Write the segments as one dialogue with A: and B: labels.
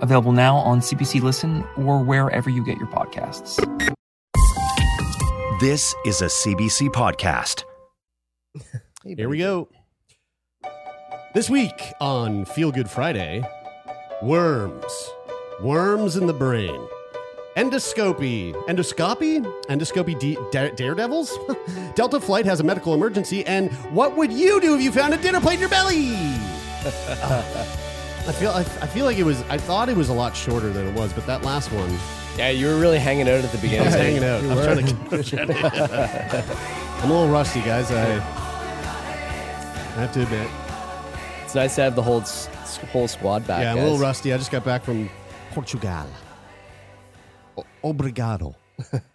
A: available now on CBC Listen or wherever you get your podcasts.
B: This is a CBC podcast.
C: Here we go. This week on Feel Good Friday, worms, worms in the brain, endoscopy, endoscopy, endoscopy de- da- daredevils. Delta Flight has a medical emergency, and what would you do if you found a dinner plate in your belly? I feel, I, I feel like it was. I thought it was a lot shorter than it was, but that last one,
D: Yeah, you were really hanging out at the beginning.
C: I was hanging out.
D: You
C: I'm
D: were.
C: trying to. I'm, trying to- I'm a little rusty, guys. I, I have to admit.
D: It's nice to have the whole s- s- whole squad back.
C: Yeah, I'm a
D: guys.
C: little rusty. I just got back from Portugal. O- obrigado.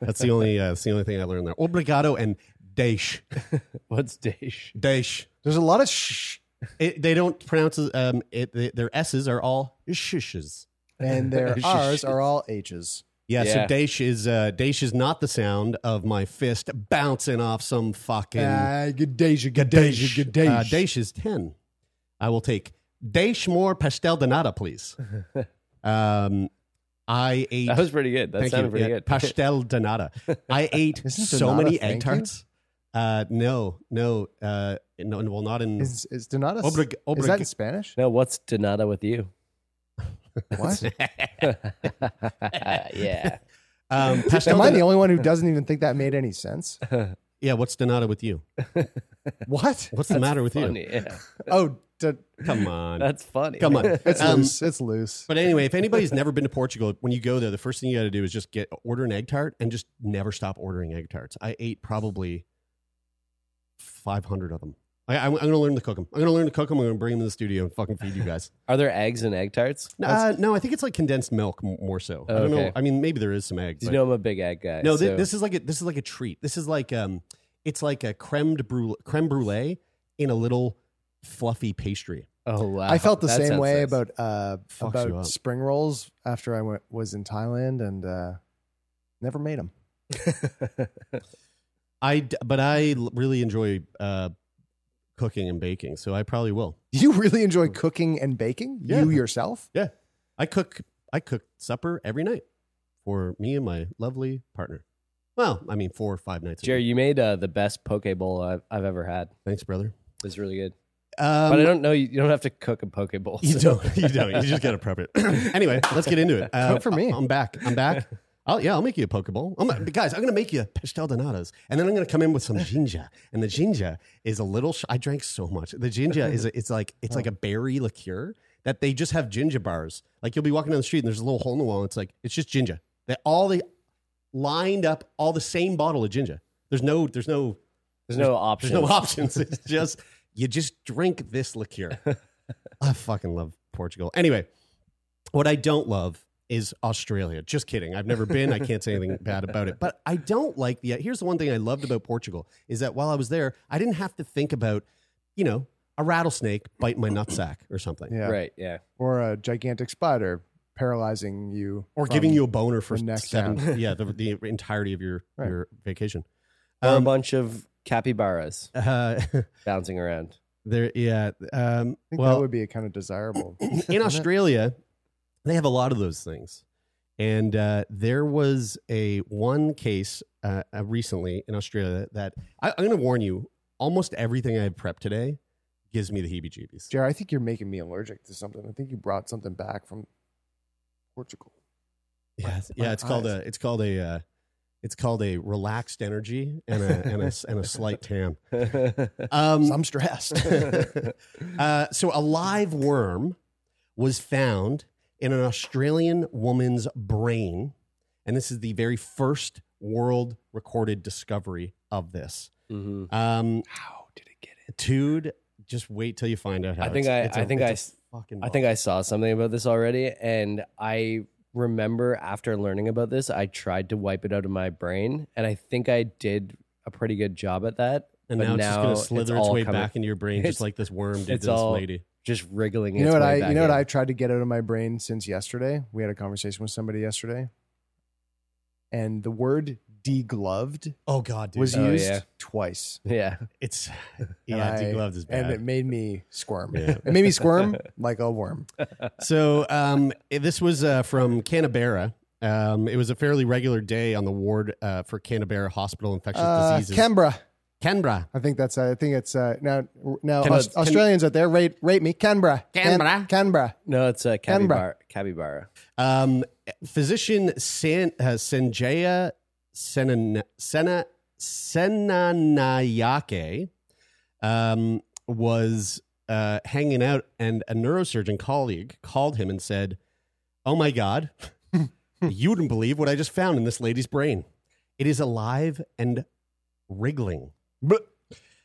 C: That's the only. Uh, that's the only thing I learned there. Obrigado and deish.
D: What's Dish?
C: Deish.
E: There's a lot of shh,
C: It, they don't pronounce it, um, it. they- Their s's are all shishes.
E: and their
C: Shh.
E: R's are all H's.
C: Yeah,
D: Yeah.
C: so deish is uh, deish is not the sound of my fist bouncing off some fucking.
E: Ah, good days, you good days, you
C: Daesh.
E: good days.
C: Uh, Daesh is 10. I will take Daesh more pastel de nata, please. um, I ate.
D: That was pretty good. That
C: thank
D: sounded
C: you,
D: pretty
C: yeah,
D: good.
C: Pastel de nata. I ate
E: Isn't
C: so
E: de nata
C: many egg
E: thank you?
C: tarts. Uh, no, no, uh, no, well, not in.
E: Is is Donata?
C: Obrig-
E: is that in
C: obrig-
E: Spanish?
D: No, what's Donata with you?
E: What?
D: yeah.
C: um, pastel
E: Am I
C: de-
E: the only one who doesn't even think that made any sense?
C: yeah, what's Donata with you?
E: What?
C: What's the matter with you?
D: Funny. Yeah.
E: Oh, d-
C: Come on.
D: That's funny.
C: Come on.
E: it's
C: Um,
E: loose. It's loose.
C: But anyway, if anybody's never been to Portugal, when you go there, the first thing you got to do is just get order an egg tart and just never stop ordering egg tarts. I ate probably 500 of them. I, I, am going to learn to cook them. I'm going to learn to cook them. I'm going to bring them to the studio and fucking feed you guys.
D: Are there eggs and egg tarts?
C: No, uh, no, I think it's like condensed milk m- more so. I don't know.
D: Okay.
C: I mean, maybe there is some eggs.
D: You
C: but-
D: know I'm a big egg guy.
C: no, thi-
D: so-
C: this is like a, this is like a treat. This is like um, it's like a creme de brule, creme brulee in a little fluffy pastry.
D: Oh wow.
E: I felt the
D: That
E: same
D: sounds
E: way
D: nice.
E: about uh,
C: Fucks you up.
E: about spring rolls after I went was in Thailand and uh, never made them.
C: I d- but I l- really enjoy uh, cooking and baking, so I probably will.
E: You really enjoy cooking and baking?
C: Yeah.
E: You yourself?
C: Yeah. I cook I cook supper every night for me and my lovely partner. Well, I mean four or five nights. a
D: Jerry,
C: week.
D: you made uh, the best poke bowl I've, I've ever had.
C: Thanks, brother.
D: It was really good.
C: Um,
D: but I don't know. You, you don't have to cook a poke bowl.
C: you
D: so-
C: don't you don't. You just gotta prep it. anyway, let's get into it. Uh,
E: Cook for me.
C: I, am back. I'm back. I'll, yeah, I'll make you a pokeball. I'm, but guys, I'm going to make you pastel donatas, and then I'm going to come in with some ginger. And the ginger is a little. Sh- I drank so much. The ginger is a, it's like it's like a berry liqueur that they just have ginger bars. Like you'll be walking down the street and there's a little hole in the wall. And it's like it's just ginger. They all they lined up all the same bottle of ginger. There's no there's no
D: There's no options.
C: there's no options. It's just you just drink this liqueur. I fucking love Portugal. Anyway, what I don't love is Australia. Just kidding. I've never been. I can't say anything bad about it. But I don't like the. Here's the one thing I loved about Portugal is that while I was there, I didn't have to think about, you know, a rattlesnake biting my nutsack or something,
E: Yeah.
D: Right. Yeah.
E: Or a gigantic spider paralyzing you.
C: or
E: from-
C: giving you a boner for
E: the neck
C: seven. Yeah, the, the entirety of your
E: Right.
C: your vacation.
D: Or a
C: Um,
D: bunch of capybaras
C: uh,
D: bouncing around.
C: there. Yeah. Um,
E: I think
C: well,
E: that would be a kind of desirable.
C: in Australia, they have a lot of those things. And uh, there was a one case uh, uh, recently in Australia that I, I'm going to warn you. Almost everything I've prepped today gives me the heebie-jeebies.
E: Jared, I think you're making me allergic to something. I think you brought something back from Portugal.
C: Yeah, it's-
E: my
C: yeah. It's called
E: eyes.
C: a. It's called a. Uh, it's called a relaxed energy and a and a, and a slight tan. Um,
E: So I'm stressed.
C: uh, so a live worm was found in an Australian woman's brain, and this is the very first world recorded discovery of this.
E: Mm-hmm.
D: Mhm.
C: Um,
D: How did it get in?
C: dude, just wait till you find out. How
D: I think
C: It's-
D: I-
C: it's a-
D: I think
C: it's a
D: I s-
C: fucking
D: I think I saw something about this already, and I remember after learning about this, I tried to wipe it out of my brain, and I think I did a pretty good job at that.
C: And now,
D: but
C: it's just going to
D: it's
C: slither its,
D: all
C: way
D: coming-
C: back into your brain, just
D: it's-
C: like this worm did
D: it's
C: this
D: all-
C: lady.
D: just wriggling.
E: You know what
D: its way
E: I?
D: back
E: You know what
D: in.
E: I tried to get out of my brain since yesterday. We had a conversation with somebody yesterday, and the word "degloved"
C: Oh God, dude,
E: was
D: Oh,
E: used
D: yeah.
E: twice.
D: Yeah,
C: it's
E: And
C: yeah,
E: I-
C: degloved is bad.
E: and it made me squirm.
C: Yeah.
E: It made me squirm like a worm.
C: so um, eh, this was uh, from Canberra. Um, it was a fairly regular day on the ward uh, for Canberra Hospital Infectious
E: Uh,
C: Diseases.
E: Canberra,
C: Canberra.
E: I think that's. Uh, I think it's uh, now. Now
C: Can-
E: Aus-
C: can-
E: Australians out there rate rate me Canberra. Can-
C: Canberra?
E: Canberra.
D: no, it's a
E: Canberra.
D: capybara. Capybara.
C: Um, physician San, uh, Sanjaya Senan, Sena, Senanayake um, was uh, hanging out, and a neurosurgeon colleague called him and said, Oh my God, you wouldn't believe what I just found in this lady's brain. It is alive and wriggling.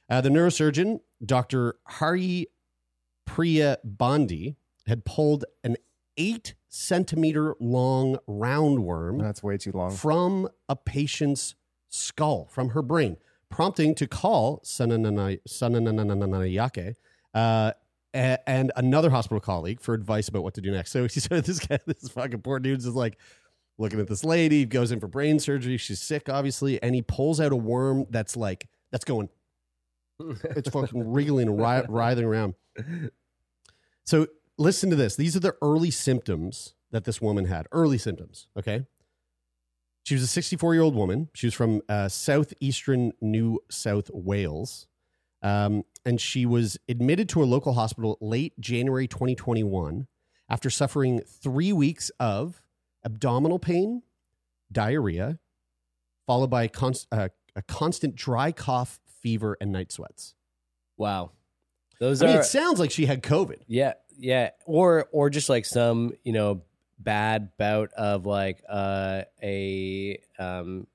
C: Uh, the neurosurgeon, Dr. Hari Priya Bondi, had pulled an eight centimeter long roundworm
E: That's way too long.
C: from a patient's skull, from her brain, prompting to call Sananana- Sanananananayake uh, a- and another hospital colleague for advice about what to do next. So he said, this guy, this fucking poor dude's just like looking at this lady, he goes in for brain surgery. She's sick, obviously. And he pulls out a worm that's like, that's going it's fucking wriggling and wri- writhing around. So listen to this. These are the early symptoms that this woman had. Early symptoms. Okay. She was a 64 year old woman. She was from uh, southeastern New South Wales. Um, and she was admitted to a local hospital late January 2021 after suffering three weeks of abdominal pain, diarrhea, followed by const- uh, a constant dry cough, fever, and night sweats.
D: Wow, those
C: I mean,
D: are
C: it sounds like she had COVID.
D: yeah, yeah, or or just like some you know bad bout of like uh, a um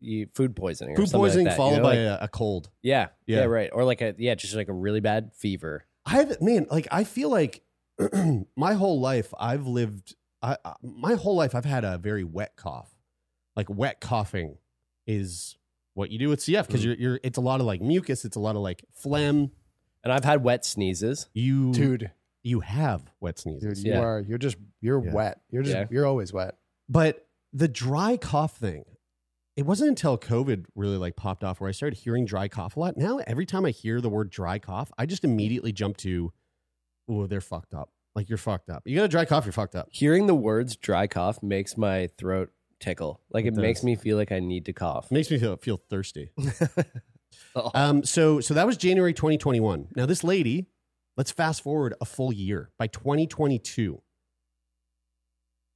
D: you- food poisoning, or
C: Food
D: something like
C: poisoning
D: that, you
C: followed
D: know,
C: by
D: like-
C: a, a cold.
D: yeah, yeah,
C: Yeah.
D: right, or like a yeah, just like a really bad fever.
C: I have man, like I feel like my whole life I've lived. I, I my whole life I've had a very wet cough. Like wet coughing is what you do with CF
E: Mm.
C: because you're you're. It's a lot of like mucus. It's a lot of like phlegm.
D: And I've had wet sneezes.
C: You
E: Dude,
C: you have wet
E: dude,
C: sneezes,
E: you
D: Yeah.
E: are. You're just. You're
C: Yeah.
E: wet. You're just.
D: Yeah.
E: You're always wet.
C: but the dry cough thing. It wasn't until COVID really like popped off where I started hearing dry cough a lot. Now every time I hear the word dry cough, I just immediately jump to, oh, they're fucked up. Like you're fucked up. You got a dry cough, you're fucked up.
D: Hearing the words "dry cough" makes my throat tickle. Like it,
C: It
D: makes
C: does.
D: me feel like I need to cough.
C: Makes me feel feel thirsty.
D: Oh.
C: Um, so so that was January 2021. Now this lady, let's fast forward a full year. By 2022,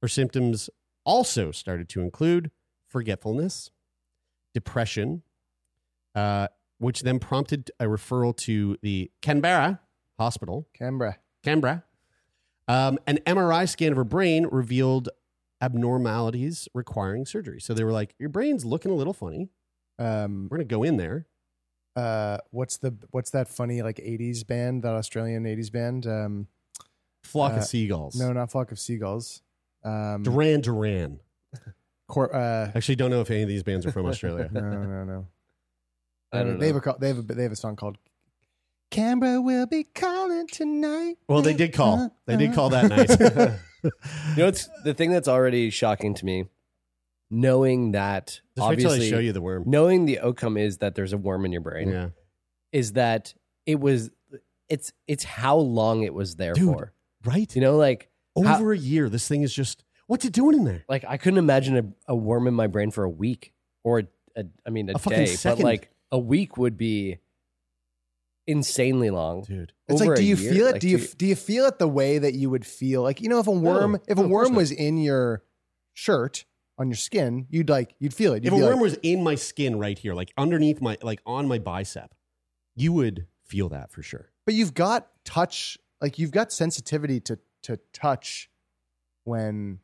C: her symptoms also started to include forgetfulness, depression, uh, which then prompted a referral to the Canberra Hospital,
E: Canberra.
C: Canberra. Um, an MRI scan of her brain revealed abnormalities requiring surgery. So they were like, "Your brain's looking a little funny.
E: Um,
C: We're gonna go in there."
E: uh, what's the what's that funny like '80s band? That Australian '80s band? Um,
C: Flock
E: Uh,
C: of seagulls.
E: no, not Flock of Seagulls. Um,
C: Duran Duran.
E: cor- uh,
C: Actually, don't know if any of these bands are from Australia.
E: no, no, no.
D: I don't
E: They have
D: know.
E: a co- they have a they have a song called "Canberra Will Be Calling Tonight."
C: Well, they did
E: Uh-huh,
C: call. They did call that night.
D: You know, it's the thing that's already shocking to me. Knowing that,
C: Just wait till I
D: obviously,
C: show you the worm.
D: knowing the outcome is that there's a worm in your brain.
C: Yeah.
D: Is that it was? It's it's how long it was there
C: Dude.
D: for.
C: Right?
D: You know, like
C: Over
D: how-
C: a year, this thing is just, what's it doing in there?
D: like I couldn't imagine a, a worm in my brain for a week or a, a I mean a,
C: A fucking
D: day,
C: second.
D: but like a week would be insanely long.
C: Dude.
E: It's
D: Over
E: like, do
D: a
E: you
D: year?
E: feel it?
D: Like,
E: do you do you feel it the way that you would feel like you know if a worm if
C: No,
E: a
C: of course
E: worm
C: not.
E: was in your shirt on your skin, you'd like you'd feel it. You'd
C: If a
E: be
C: worm
E: like,
C: was in my skin right here, like underneath my, like on my bicep, you would feel that for sure.
E: but you've got touch, like you've got sensitivity to to touch when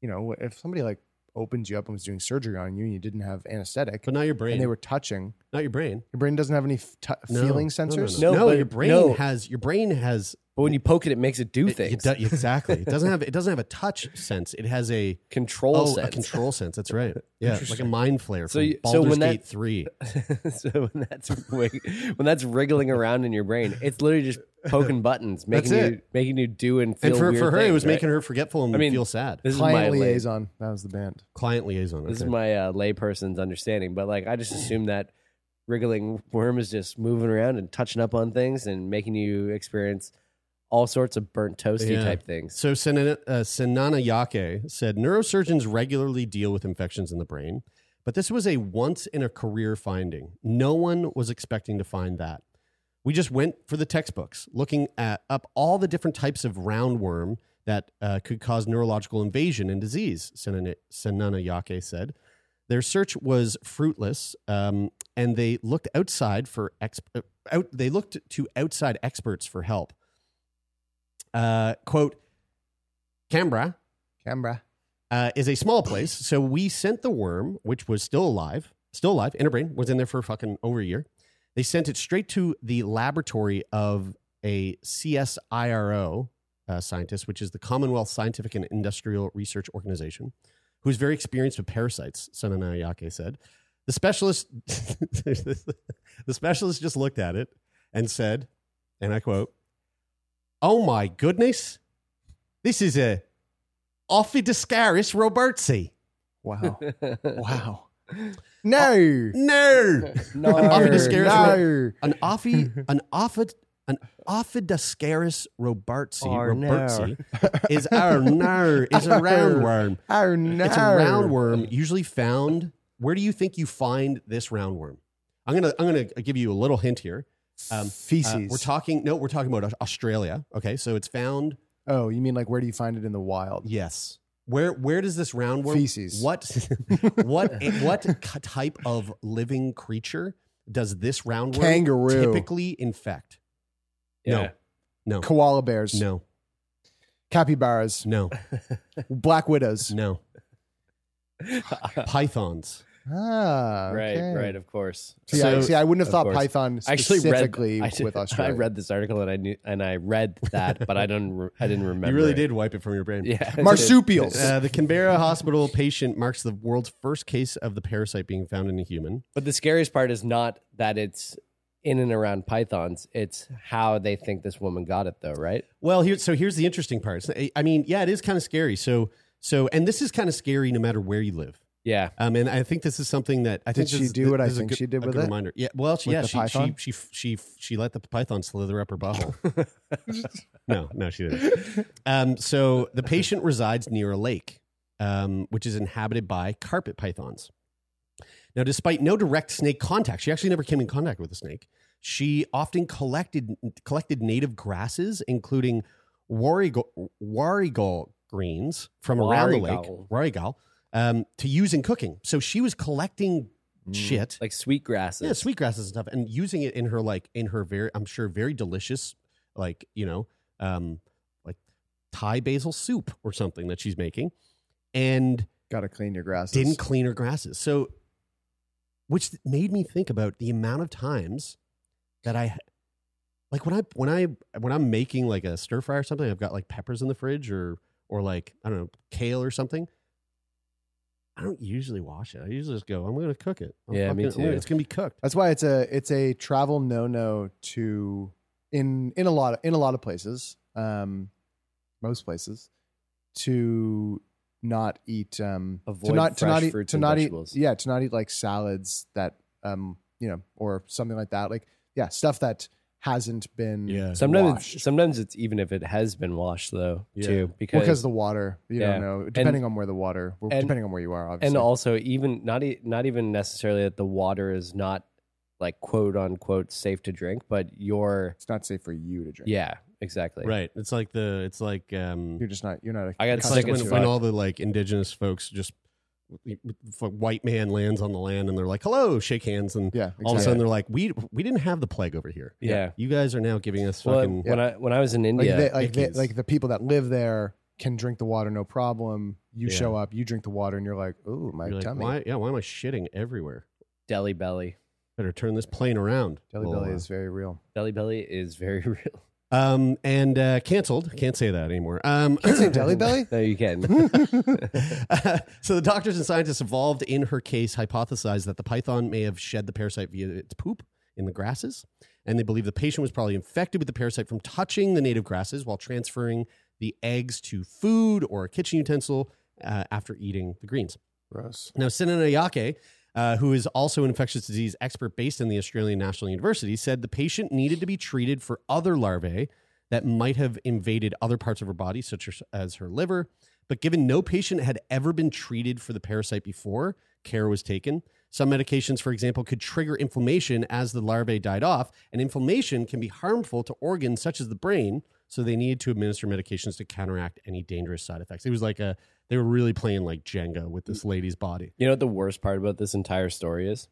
E: you know if somebody like opened you up and was doing surgery on you and you didn't have anesthetic
C: But not your brain.
E: and they were touching,
C: not your brain.
E: your brain doesn't have any f- t-
C: No.
E: feeling
C: No, no,
E: sensors.
C: No,
D: No,
C: No,
D: but-
C: your brain
D: no.
C: has your brain has
D: But when you poke it, it makes it do
C: It- it
D: things.
C: do- exactly. It doesn't have it doesn't have a touch sense. It has a
D: control
C: oh,
D: sense.
C: a control sense. That's right. Yeah, like a mind flare.
D: So
C: So, from
D: you-
C: Baldur's
D: so when that-
C: Gate three.
D: so when that's wig- when that's wriggling around in your brain, it's literally just poking buttons, making
C: That's
D: you making you do and feel
C: And for,
D: weird
C: for her, it
D: things,
C: was
D: right?
C: making her forgetful and
D: I mean,
C: feel sad.
D: This is my
E: Client
D: lay-
E: liaison. That was the band.
C: Client liaison.
D: This is
C: okay.
D: my uh, layperson's understanding, but like I just assume that wriggling worm is just moving around and touching up on things and making you experience all sorts of burnt toasty
C: Yeah.
D: type things.
C: So Sen- uh, Senana Yake said neurosurgeons regularly deal with infections in the brain, but this was a once in a career finding. No one was expecting to find that. We just went for the textbooks, looking at up all the different types of roundworm that uh, could cause neurological invasion and disease. Senana, Senana Yake said. Their search was fruitless, um, and they looked outside for exp- uh, out. They looked to outside experts for help. Uh, quote, Canberra
E: Canberra.
C: uh, is a small place, so we sent the worm, which was still alive, still alive, in her brain, was in there for fucking over a year. They sent it straight to the laboratory of a CSIRO uh, scientist, which is the Commonwealth Scientific and Industrial Research Organization, who's very experienced with parasites, Sonana Yake said. The specialist, the specialist just looked at it and said, and I quote, "Oh my goodness, this is a Ophidiscaris robertsi."
E: Wow. wow. No.
C: No,
D: Oh, No.
C: Ophidiscaris ro-
E: No.
C: an Ophi, an Ophid, an Ophidiscaris robertsi,
D: Or no.
C: robertsi is our no, is a roundworm.
E: Oh no.
C: It's a roundworm, usually found. Where do you think you find this roundworm? I'm gonna I'm gonna give you a little hint here. Um,
E: Feces.
C: Uh, we're talking. No, we're talking about Aus- Australia. Okay, so it's found.
E: oh, you mean like where do you find it in the wild?
C: Yes. Where Where does this roundworm?
E: Feces.
C: What What What c- type of living creature does this roundworm
E: Kangaroo.
C: typically infect?
D: Yeah.
C: No. No.
E: Koala bears.
C: No.
E: Capybaras.
C: No.
E: Black widows.
C: No. Pythons.
E: Ah.
D: right,
E: okay.
D: right, of course.
E: See, I,
D: So-
E: see, I wouldn't have
D: of
E: thought
D: course.
E: Python
D: I actually read
E: specifically
D: I, did-
E: with
D: I
E: Australia.
D: read this article and I knew and I read that, but I don't re- I didn't remember.
C: You really
D: it.
C: did wipe it from your brain.
D: Yeah. I did.
E: marsupials.
C: Uh, the Canberra hospital patient marks the world's first case of the parasite being found in a human.
D: But the scariest part is not that it's in and around pythons; it's how they think this woman got it, though, right?
C: Well, here, so here's the interesting part. It's- I mean, yeah, it is kind of scary. So, so, and this is kind of scary no matter where you live.
D: Yeah,
C: Um, and I think this is something that I think
E: Did she
C: this is-
E: do what I
C: this is a
E: think
C: good-
E: she did
C: a
E: with
C: good
E: it?
C: Reminder, yeah. Well, she,
E: Like
C: yeah,
E: the
C: she, she,
E: python?
C: she she she let the python slither up her butthole. no, no, she didn't. Um, so the patient resides near a lake, um, which is inhabited by carpet pythons. Now, despite no direct snake contact, she actually never came in contact with a snake. She often collected collected native grasses, including warrigal, warrigal greens from around the lake,
D: Warrigal.
C: warrigal, um, to use in cooking. So she was collecting
E: Mm,
C: shit,
D: Mm, like sweet grasses.
C: yeah, sweet grasses and stuff, and using it in her like in her very, I'm sure, very delicious, like you know, um, like Thai basil soup or something that she's making, and
E: Got to clean your grasses.
C: didn't clean her grasses. So, which made me think about the amount of times that I, like when I when I when I'm making like a stir fry or something, I've got like peppers in the fridge or or like I don't know kale or something. I don't usually wash it. I usually just go. I'm going to cook it. I'm
D: Yeah, me
C: fucking- I'm-
D: too.
C: It's going to be cooked.
E: That's why it's a it's a travel no no to in in a lot of, in a lot of places, um, most places, to not eat um
D: Avoid
E: to not to
D: fresh
E: not eat
D: fruits
E: to
D: and
E: not
D: vegetables.
E: eat yeah to not eat like salads that um you know or something like that like yeah stuff that hasn't been
C: Yeah.
D: Sometimes,
E: washed.
D: it's, sometimes it's even if it has been washed though
C: Yeah.
D: too, because,
E: Well, because the water you
D: Yeah.
E: don't know depending on where the water well,
D: and-
E: depending on where you are obviously
D: and also even not e- not even necessarily that the water is not like quote unquote safe to drink, but your
E: it's not safe for you to drink
D: yeah, exactly,
C: Right. It's like the it's like um
E: you're just not you're not a
D: I got
C: it's
D: sick
C: like
D: as
C: when,
D: fuck.
C: when all the like indigenous folks just white man lands on the land and they're like hello shake hands and
E: yeah
C: all of a
E: exactly.
C: sudden they're like, we we didn't have the plague over here.
D: Yeah.
C: you guys are now giving us
D: Well,
C: fucking.
D: when I when I was in
E: like
D: India,
E: they, uh, like they,
C: Mickeys.
E: like the people that live there can drink the water no problem. You
C: Yeah.
E: show up, you drink the water, and you're like, "Ooh, my
C: you're like,
E: tummy."
C: why, yeah, why am I shitting everywhere?
D: Deli Belly,
C: Better turn this plane around.
E: Jelly
C: Well,
E: belly
C: uh,
E: is very real.
D: Deli Belly is very real.
C: Um, and uh, canceled. Can't say that anymore. Um,
E: Can't say Deli Belly?
D: No, you can.
C: Uh, so the doctors and scientists involved in her case hypothesized that the python may have shed the parasite via its poop in the grasses and they believe the patient was probably infected with the parasite from touching the native grasses while transferring the eggs to food or a kitchen utensil uh, after eating the greens
F: Gross.
C: now, Sinan Ayake, uh, who is also an infectious disease expert based in the Australian National University, said the patient needed to be treated for other larvae that might have invaded other parts of her body, such as- as her liver. But given no patient had ever been treated for the parasite before, care was taken. Some medications, for example, could trigger inflammation as the larvae died off, and inflammation can be harmful to organs such as the brain. So they needed to administer medications to counteract any dangerous side effects. It was like a they were really playing like Jenga with this lady's body.
D: You know what the worst part about this entire story is?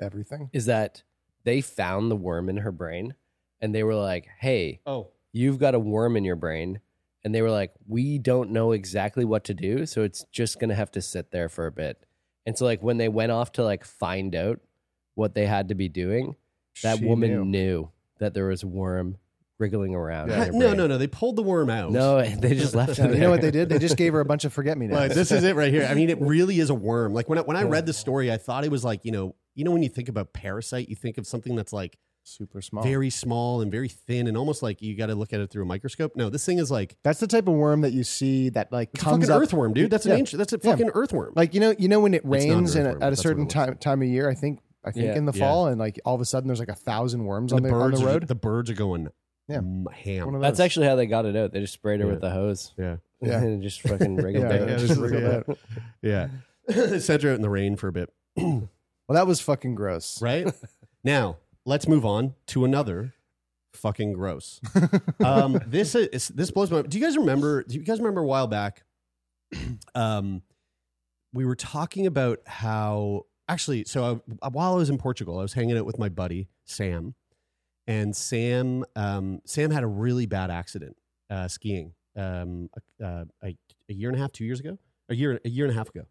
E: Everything.
D: Is that they found the worm in her brain and they were like, hey,
C: Oh,
D: you've got a worm in your brain. And they were like, we don't know exactly what to do. So it's just going to have to sit there for a bit. And so, like, when they went off to like find out what they had to be doing, that
E: She
D: woman
E: knew.
D: knew. that there was a worm wriggling around. in her
C: no,
D: brain.
C: no, no! They pulled the worm out.
D: No, they just left
E: No,
D: it.
E: you know what they did? They just gave her a bunch of forget me
C: Like,
E: nots.
C: this is it right here. I mean, it really is a worm. Like when I, when I read the story, I thought it was like you know you know when you think about parasite, you think of something that's like
E: Super small.
C: very small and very thin and almost like you got to look at it through a microscope. No, this thing is like
E: That's the type of worm that you see that like
C: it's a
E: comes
C: fucking
E: up.
C: earthworm, dude. That's an
E: Yeah.
C: ancient. That's a
E: Yeah.
C: fucking earthworm.
E: Like you know, you know when it
C: not an
E: rains and
C: earthworm,
E: at a
C: that's
E: certain
C: what it looks
E: time time of year. I think I think
D: Yeah.
E: in the
C: Yeah.
E: fall and like all of a sudden there's like a thousand worms on
C: And
E: the,
C: the
E: on
C: birds,
E: the
C: are-
E: road.
C: the birds are going
E: Yeah.
C: m-
E: One
C: ham.
E: of
D: That's
E: those.
D: actually how they got it out. They just sprayed her with the hose.
C: Yeah.
E: Yeah.
D: and it just fucking wriggled
E: Yeah,
D: out.
E: yeah,
C: just
E: just
C: wriggled
E: wriggled
C: out. Yeah, sent her out in the rain for a bit.
E: well, that was fucking gross.
C: right? now, let's move on to another fucking gross. Um, this is this blows my. Do you guys remember? Do you guys remember a while back? Um, we were talking about how actually. So I, uh, while I was in Portugal, I was hanging out with my buddy Sam, and Sam um, Sam had a really bad accident uh, skiing um, uh, a, a year and a half, two years ago, a year a year and a half ago.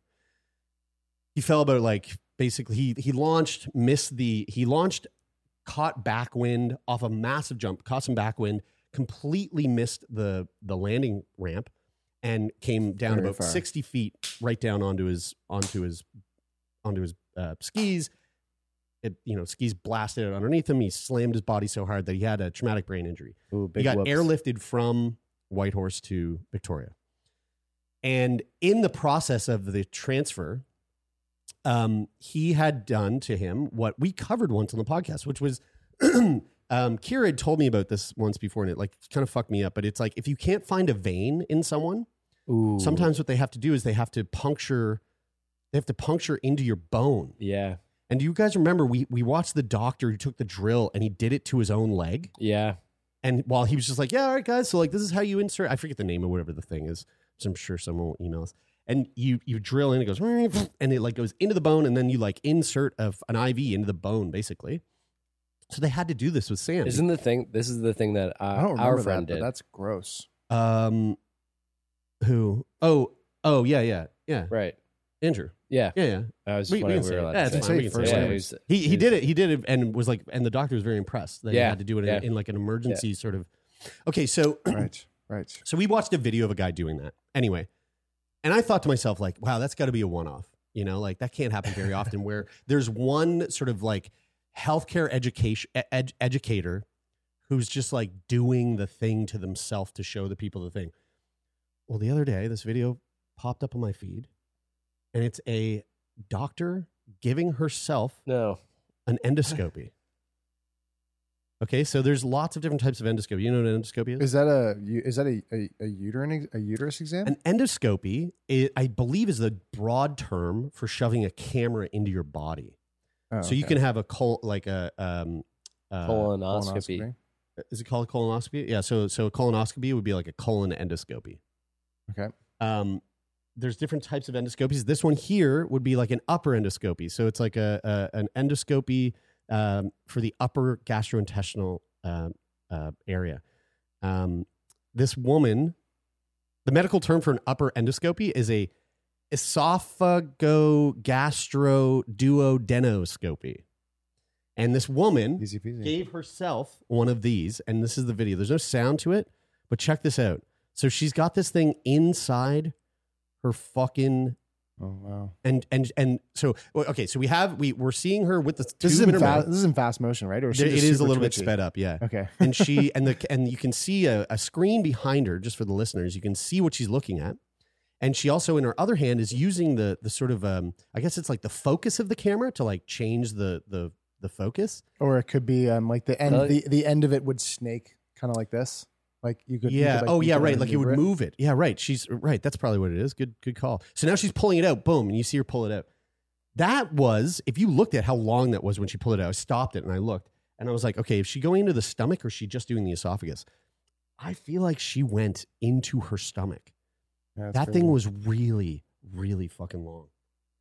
C: He fell about like basically he he launched, missed the he launched, caught backwind off a massive jump, caught some backwind, completely missed the the landing ramp, and came down
D: Very
C: about
D: far.
C: sixty feet right down onto his onto his onto his uh, skis. It, you know, skis blasted out underneath him. He slammed his body so hard that he had a traumatic brain injury
D: Ooh,
C: he
D: big
C: got
D: whoops.
C: airlifted from Whitehorse to Victoria. And in the process of the transfer, um, he had done to him what we covered once on the podcast, which was um, Kira had told me about this once before, and it like kind of fucked me up. But it's like if you can't find a vein in someone,
D: Ooh.
C: sometimes what they have to do is they have to puncture, they have to puncture into your bone.
D: Yeah,
C: And do you guys remember we we watched the doctor who took the drill and he did it to his own leg?
D: yeah.
C: And while he was just like, yeah, all right, guys, so like this is how you insert. I forget the name of whatever the thing is. So I'm sure someone will email us. And you you drill in, it goes, and it like goes into the bone, and then you like insert of an IV into the bone, basically. So they had to do this with Sam.
D: Isn't the thing? This is the thing that uh,
E: I don't remember
D: our
E: that,
D: friend
E: but
D: did.
E: that's gross.
C: um, who? Oh, oh yeah, yeah, yeah.
D: right.
C: Andrew.
D: Yeah,
C: Yeah, yeah.
D: I was
C: We-
D: just
C: we can
D: wondering if we
C: say
D: were
C: it.
D: allowed
C: Yeah,
D: to
C: it's
D: say
E: fine,
D: it.
E: we can say
D: Yeah,
E: it.
D: it was-
C: He he did it. He did it, and was like, and the doctor was very impressed that he
D: Yeah,
C: had to do it in,
D: yeah.
C: in like an emergency sort of. Okay, so
E: right. Right.
C: So we watched a video of a guy doing that. Anyway, and I thought to myself, like, wow, that's got to be a one off. You know, like that can't happen very often where there's one sort of like healthcare education e-, ed- educator who's just like doing the thing to themselves to show the people the thing. Well, the other day, this video popped up on my feed and it's a doctor giving herself
D: No.
C: an endoscopy. Okay, so there's lots of different types of endoscopy. You know what an endoscopy is?
E: Is that a u- is that a a, a uterine ex- a uterus exam?
C: An endoscopy, i I believe, is the broad term for shoving a camera into your body.
E: Oh,
C: so you
E: okay.
C: can have a col- like a um, uh,
D: Colonoscopy.
C: is it called a colonoscopy? Yeah. So so a colonoscopy would be like a colon endoscopy.
E: Okay.
C: Um, there's different types of endoscopies. This one here would be like an upper endoscopy. So it's like a, a an endoscopy um, for the upper gastrointestinal um, uh, area. Um, this woman, the medical term for an upper endoscopy is a esophagogastroduodenoscopy. And this woman
E: Easy peasy.
C: gave herself one of these, and this is the video. There's no sound to it, but check this out. So she's got this thing inside her fucking
E: Oh wow.
C: and and and so well, okay. So we have we we're seeing her with the tube
E: This is,
C: in
E: in
C: her
E: fast,
C: mouth.
E: this is in fast motion, right? Or
C: There-
E: she
C: It
E: just
C: is a
E: super
C: little
E: twitchy?
C: bit sped up, yeah.
E: Okay.
C: and she and the and you can see a, a screen behind her just for the listeners you can see what she's looking at and she also in her other hand is using the the sort of um i guess it's like the focus of the camera to like change the the the focus
E: Or it could be um like the end
D: Uh,
E: the, the end of it would snake kind of like this. Like you could you
C: yeah
E: could,
C: oh
E: you
C: yeah
E: could
C: right like it would
E: maneuver
C: move it yeah right she's right that's probably what it is good good call so now she's pulling it out boom and you see her pull it out that was if you looked at how long that was when she pulled it out i stopped it and i looked and i was like okay is she going into the stomach or is she just doing the esophagus i feel like she went into her stomach
E: Yeah, that's
C: that
E: crazy.
C: thing was really, really fucking long.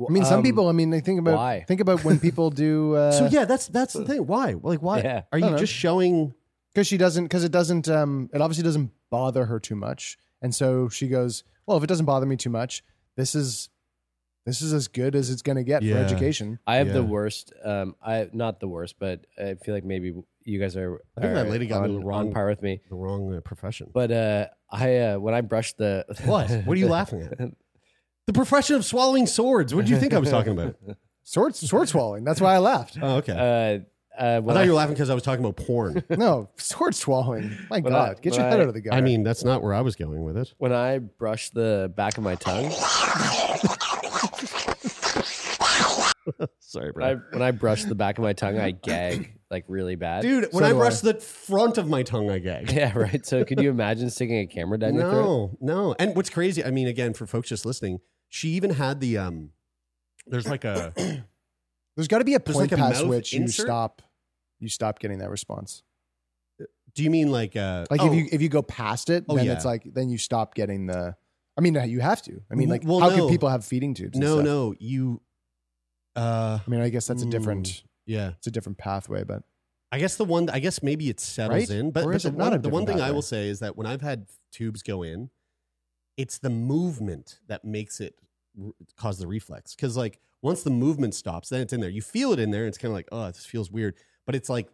E: I mean, some
D: Um,
E: people. I mean, they think about
D: why?
E: think about when people do. Uh,
C: so yeah, that's that's the thing. Why? Like, why
D: Yeah.
C: are
E: I
C: you
E: don't know.
C: just showing?
E: because she doesn't because it doesn't um it obviously doesn't bother her too much and so she goes well if it doesn't bother me too much this is this is as good as it's going to get
C: Yeah.
E: for education
D: I have the
C: Yeah.
D: worst. Um, I not the worst, but I feel like maybe you guys are.
C: I think
D: are
C: that lady got me
D: on, on
C: on-
D: par with me.
C: The wrong uh, profession.
D: But uh, I uh, when I brushed the
C: what? What are you laughing at? The profession of swallowing swords. What did you think I was talking about?
E: sword sword swallowing that's why i laughed
C: Oh, okay.
D: Uh, uh,
C: I
D: when
C: thought
D: I-
C: you were laughing because I was talking about porn.
E: no sword swallowing my
D: But I-
E: god get
D: but
E: your head
D: I-
E: out of the gutter
C: uh, I mean, that's not where I was going with it.
D: when I brush the back of my tongue,
C: Sorry,
D: when I, when I brush the back of my tongue, I gag like really bad.
C: Dude, when
E: So
C: I
E: do
C: brush the front of my tongue, I gag.
D: Yeah, right. So could you imagine sticking a camera down your throat?
C: no, no. And what's crazy? I mean, again, for folks just listening, she even had the um. There's like a
E: there's got to be a
C: There's
E: point
C: like a
E: past
C: mouth
E: which you
C: insert?
E: stop you stop getting that response
C: Do you mean like uh
E: like
C: oh,
E: if you if you go past it
C: Oh,
E: then
C: yeah.
E: it's like then you stop getting the i mean you have to i mean like
C: Well,
E: how
C: no.
E: could people have feeding tubes and
C: No,
E: stuff?
C: no, you uh
E: i mean i guess that's a
C: Hmm.
E: different
C: yeah.
E: it's a different pathway but
C: I guess the one I guess maybe it settles
E: Right?
C: in, but,
E: Or
C: but
E: is
C: the,
E: it not
C: one,
E: a
C: the one thing
E: different
C: I
E: pathway?
C: will say is that when I've had tubes go in, it's the movement that makes it r- cause the reflex cuz like once the movement stops, then it's in there. You feel it in there and it's kind of like, "Oh, this feels weird." But it's like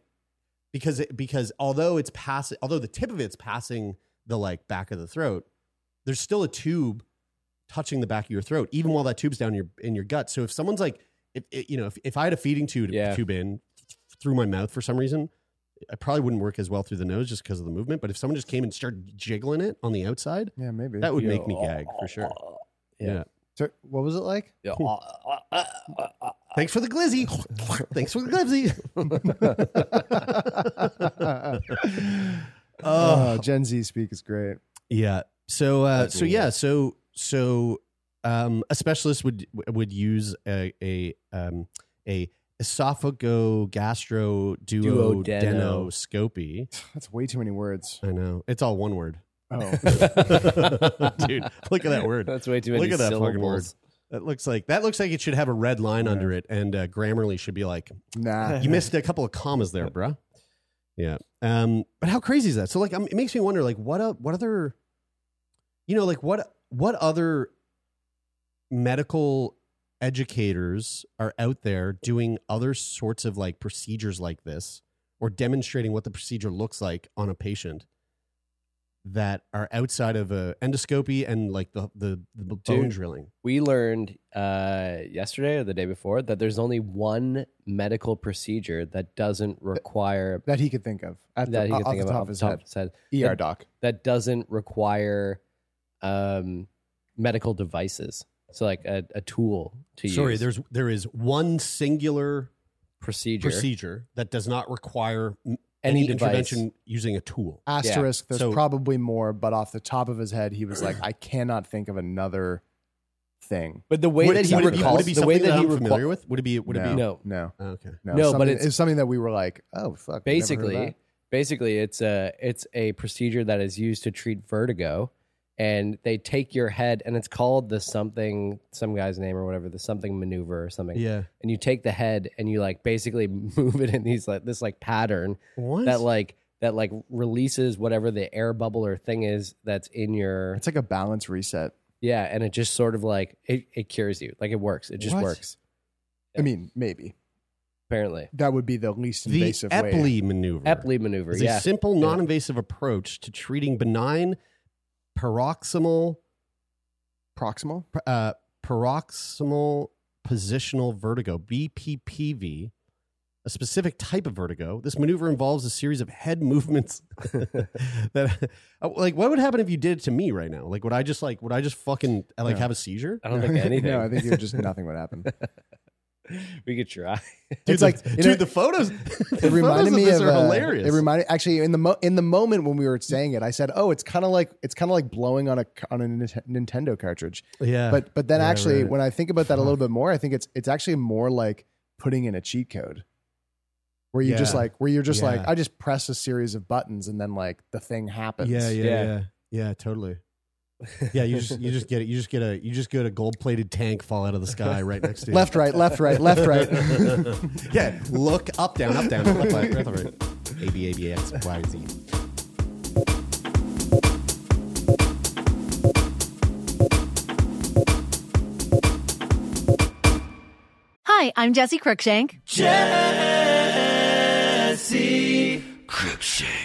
C: because it, because although it's passing although the tip of it's passing the like back of the throat, there's still a tube touching the back of your throat, even while that tube's down your in your gut. So if someone's like, if it, you know, if, if I had a feeding tube
D: Yeah.
C: tube in through my mouth for some reason, I probably wouldn't work as well through the nose just because of the movement. But if someone just came and started jiggling it on the outside,
E: yeah maybe
C: that would
D: You
C: make me
D: know,
C: gag for sure.
D: Yeah.
E: So, what was it like
D: Yeah.
C: Thanks for the glizzy. Thanks for the glizzy.
E: Oh, Gen Z speak is great.
C: Yeah. So uh,
D: That's
C: so
D: weird.
C: yeah. So so um, a specialist would would use a a um, a esophago duodenoscopy.
E: That's way too many words.
C: I know it's all one word,
E: Oh,
C: dude. Look at that word.
D: That's way too many
C: Look at that fucking word.
D: syllables.
C: That looks like that looks like it should have a red line under it, and uh, Grammarly should be like,
E: nah.
C: you missed a couple of commas there, bruh. Yeah. Um, but how crazy is that? So like, um, it makes me wonder, like, what, o- what other, you know, like what, what other medical educators are out there doing other sorts of like procedures like this or demonstrating what the procedure looks like on a patient that are outside of a endoscopy and like the, the, the bone
D: Dude.
C: drilling.
D: We learned uh, yesterday or the day before that there's only one medical procedure that doesn't require
E: That he could think of. At the,
D: that he
E: off
D: could think
E: the
D: of
E: top
D: off
E: of his
D: top
E: head.
D: of his head.
E: ER doc.
D: that doesn't require um, medical devices. So like a, a tool to
C: Sorry.
D: use.
C: There's, there is one singular
D: procedure.
C: procedure that does not require m- any,
D: Any device.
C: intervention using a tool.
E: Asterisk, there's
C: So-
E: probably more, but off the top of his head, he was like, I cannot think of another thing.
D: But the way
C: would,
D: that he
C: would it be, would
D: recalls
C: it be
D: the way
C: something
D: that,
C: that,
D: he
C: I'm
D: recalls
C: familiar with? Would it be? Would
E: no,
C: it be?
D: No.
E: No.
C: Oh, okay.
E: No,
D: No, but
E: Something-
D: it's-
E: it's something that we were like, oh, fuck. never heard of
D: basically
E: that.
D: basically it's a it's a procedure that is used to treat vertigo and they take your head and it's called the something some guy's name or whatever the something maneuver or something
C: Yeah.
D: and you take the head and you like basically move it in these like this like pattern
C: What?
D: that like that like releases whatever the air bubble or thing is that's in your
E: It's like a balance reset.
D: yeah and it just sort of like it, it cures you like it works it just
E: What?
D: works
E: I mean, maybe.
D: apparently.
E: That would be the least
C: The
E: invasive way.
C: Epley maneuver.
D: Epley maneuver.
C: is
D: Yeah.
C: a simple, non-invasive approach to treating benign paroxysmal
E: Proximal?
C: uh, paroxysmal positional vertigo (BPPV), a specific type of vertigo. This maneuver involves a series of head movements. that, uh, like, what would happen if you did it to me right now? Like, would I just like would I just fucking like
E: No.
C: have a seizure?
E: Uh,
D: I don't think anything.
E: no, I think it would just nothing would happen.
D: we could try.
C: Dude,
E: It's like-
C: like,
E: you
C: dude,
E: know,
C: the photos. The
E: It reminded
C: photos
E: me
C: of this
E: of
C: are
E: uh,
C: hilarious.
E: It reminded actually in the mo- in the moment when we were saying it, I said, "Oh, it's kind of like it's kind of like blowing on a on a Nite- Nintendo cartridge."
C: yeah,
E: But but then
C: Yeah,
E: actually,
C: right.
E: when I think about that a little bit more, I think it's it's actually more like putting in a cheat code, where you just
C: Yeah.
E: like where you're just like
C: Yeah.
E: I just press a series of buttons and then like the thing happens.
C: yeah, yeah,
D: Yeah.
C: yeah, yeah, totally. Yeah, you just you just get it. You just get a you just get a gold plated tank fall out of the sky right next to you.
E: Left, right, left, right, left, right.
C: yeah, look up, down, up, down, up, left, left, right. A B A B X Y Z.
F: Hi, I'm Jesse Cruikshank. Jesse Cruikshank.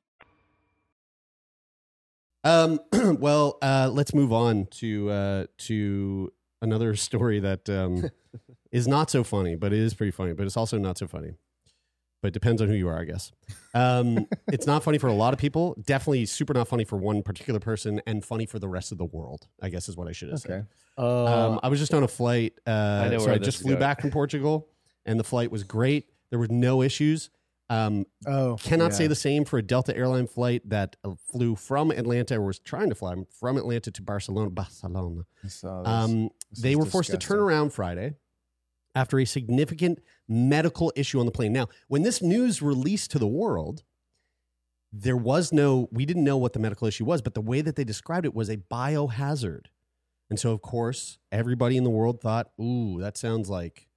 C: Um, well, uh, let's move on to uh, to another story that um, is not so funny, but it is pretty funny. But it's also not so funny. But it depends on who you are, I guess. Um, it's not funny for a lot of people. Definitely super not funny for one particular person, and funny for the rest of the world. I guess is what I should have said.
E: Okay.
D: Oh,
C: Um, I was just on a flight. Uh,
D: know
C: so
D: where
C: I
D: this
C: just
D: is
C: flew
D: going.
C: back from Portugal, and the flight was great. There were no issues. Um,
E: Oh,
C: cannot
E: yeah.
C: say the same for a Delta airline flight that uh, flew from Atlanta or was trying to fly from Atlanta to Barcelona. Barcelona.
E: I saw this.
C: Um,
E: Oh, This
C: they
E: is
C: were forced to turn
E: disgusting.
C: around Friday after a significant medical issue on the plane. Now, when this news released to the world, there was no, we didn't know what the medical issue was, but the way that they described it was a biohazard. And so, of course, everybody in the world thought, ooh, that sounds like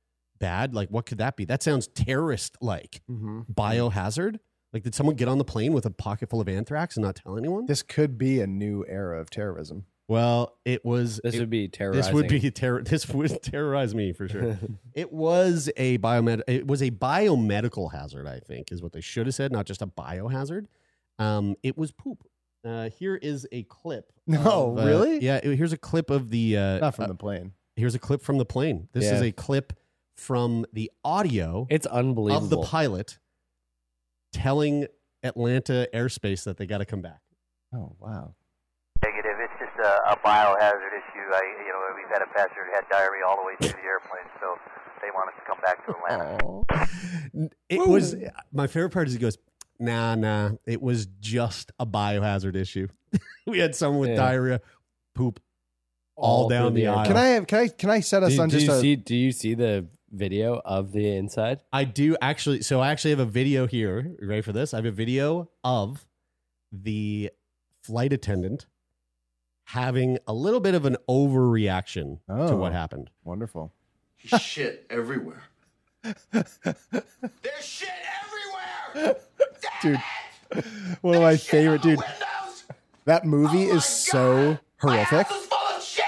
C: bad. Like, what could that be? That sounds terrorist like.
E: Mhm.
C: Biohazard? Like, did someone get on the plane with a pocket full of anthrax and not tell anyone?
E: This could be a new era of terrorism.
C: Well, it was.
D: this
C: it-
D: would be terrorizing.
C: this would be terror. This would terrorize me for sure. it was a biomed. It was a biomedical hazard. I think is what they should have said, not just a biohazard. Um, it was poop. Uh, here is a clip.
E: No,
C: of, uh,
E: really?
C: Yeah. Here's a clip of the. Uh,
E: Not from
C: uh,
E: the plane.
C: here's a clip from the plane. This is
D: Yeah.
C: a clip from the audio
D: It's unbelievable.
C: of the pilot telling Atlanta airspace that they got to come back.
E: Oh wow.
G: Negative. It's just a, a biohazard issue. I, you know, we've had a passenger who had diarrhea all the way through the airplane, so they want us to come back to Atlanta.
C: It was my favorite part is he goes, nah, nah. It was just a biohazard issue. we had someone with
D: Yeah.
C: diarrhea, poop all,
D: All
C: down
D: through
C: the
D: the air.
C: aisle.
E: Can I have? Can I? Can I set us
D: do,
E: on
D: do
E: just
D: you
E: a?
D: see? Do you see the video of the inside?
C: I do actually. So I actually have a video here. You Ready for this? I have a video of the flight attendant having a little bit of an overreaction to
E: Oh.
C: what happened.
E: Wonderful.
G: shit everywhere. There's shit everywhere.
E: dude. One of my favorite, dude. That movie
C: Oh
E: is so horrific,
G: full of shit.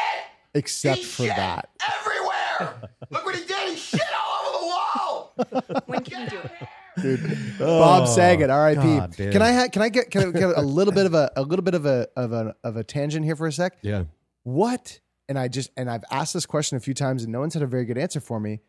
E: except for that.
G: Everywhere. Look what he did. He shit all over the wall. when can you do it?
E: Bob Saget, R.I.P.
C: God, dude.
E: Can I? Ha- can I get? Can I get a little bit of a a little bit of a of a of a tangent here for a sec?
C: Yeah.
E: What? And I just and I've asked this question a few times, and no one's had a very good answer for me.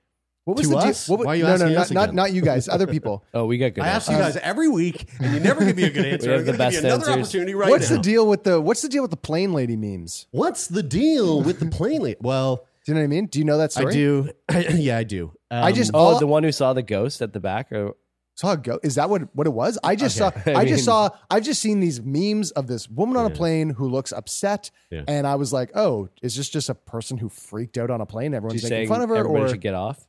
E: What was
C: To
E: the deal-
C: us?
E: What, wa-
C: Why are you
E: no, no,
C: asking
E: not,
C: us
E: not
C: again?
E: not you guys, other people.
D: Oh, we got good.
C: I ask you guys every week, and you never give me a good answer.
D: We have
C: I'm
D: the
C: gonna give you
D: best
C: another
D: answers.
C: opportunity right
E: what's
C: now.
E: the deal with the What's the deal with the plain lady memes?
C: What's the deal with the plane? la- Well,
E: Do you know what I mean? Do you know that story?
C: I do. yeah, I do.
E: I just-
C: Um,
D: Oh,
E: All-
D: the one who saw the ghost at the back. Or
E: saw a go is that what what it was i just
C: Okay.
E: saw i,
D: I
E: just
D: mean-
E: saw i've just seen these memes of this woman on a
C: Yeah.
E: plane who looks upset
C: Yeah.
E: and i was like oh is this just a person who freaked out on a plane everyone's
D: she's
E: making
D: saying
E: fun of her
D: everybody
E: or
D: should get off.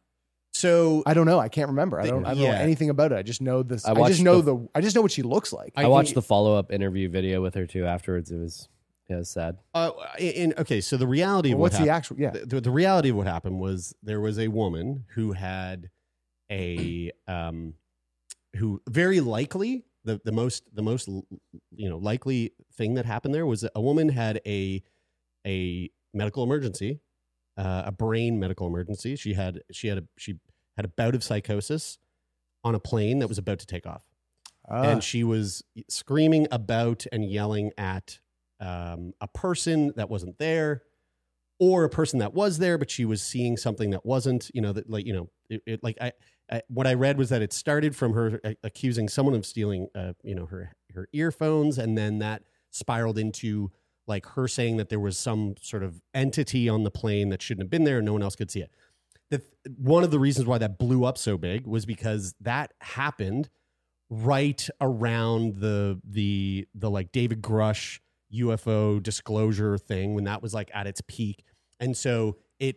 C: So
E: I don't know. I can't remember. I
C: The-
E: don't. I don't
C: yeah.
E: know anything about it. I just know this.
D: I
E: I,
D: watched
E: just know
D: the-
E: the, I just know what she looks like.
D: I, watched
C: e-
D: the follow up interview video with her too afterwards. It was yeah, it was sad.
C: Uh, in, okay, so the reality of
E: Well,
C: what
E: what's the
C: hap-
E: actual- yeah.
C: the, the- the reality of what happened was there was a woman who had a um, who very likely the the most the most you know likely thing that happened there was a woman had a a medical emergency, uh, a brain medical emergency. She had she had a she had a bout of psychosis on a plane that was about to take off
E: Ah.
C: and she was screaming about and yelling at um, a person that wasn't there or a person that was there but she was seeing something that wasn't you know that like you know it, it like I, I what i read was that it started from her a- accusing someone of stealing uh, you know her her earphones and then that spiraled into like her saying that there was some sort of entity on the plane that shouldn't have been there and no one else could see it the one of the reasons why that blew up so big was because that happened right around the the the like David Grush UFO disclosure thing when that was like at its peak. And so it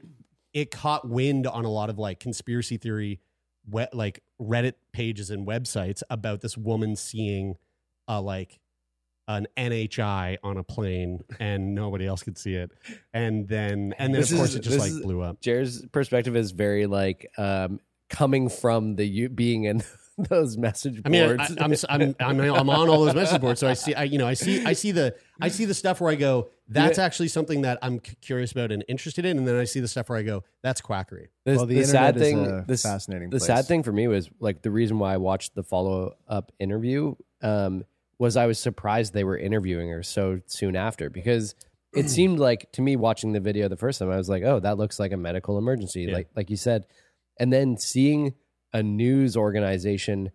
C: it caught wind on a lot of like conspiracy theory wet like Reddit pages and websites about this woman seeing a like an NHI on a plane and nobody else could see it. And then and then
D: This
C: of course
D: is-
C: it just
D: this
C: like
D: is-
C: blew up.
D: Jared's perspective is very like um, coming from the you being in those message
C: I mean, I,
D: boards.
C: am I'm, I'm I'm on all those message boards, so I see I you know I see I see the I see the stuff where I go that's actually something that I'm c- curious about and interested in, and then I see the stuff where I go that's quackery.
D: The,
E: Well, the
D: the sad
E: internet is
D: thing,
E: a
D: the s-
E: fascinating
D: The
E: place.
D: sad thing for me was like the reason why I watched the follow up interview um, was I was surprised they were interviewing her so soon after because it seemed like to me watching the video the first time I was like, oh, that looks like a medical emergency,
C: Yeah.
D: like like you said, and then seeing a news organization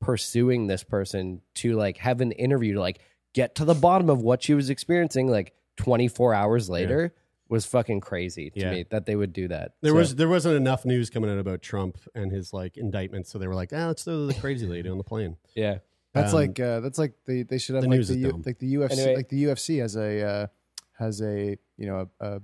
D: pursuing this person to like have an interview to like get to the bottom of what she was experiencing like 24 hours later was fucking crazy to
C: Yeah.
D: me that they would do that.
C: There
D: So-
C: was there wasn't enough news coming out about Trump and his like indictments, so they were like, ah, let's throw the crazy lady on the plane.
D: Yeah.
E: That's
C: Um,
E: like uh, that's like they, they should have
C: the
E: like
C: news
E: the
C: is
E: U,
C: dumb.
E: like the UFC
D: Anyway.
E: like the UFC has a uh, has a you know a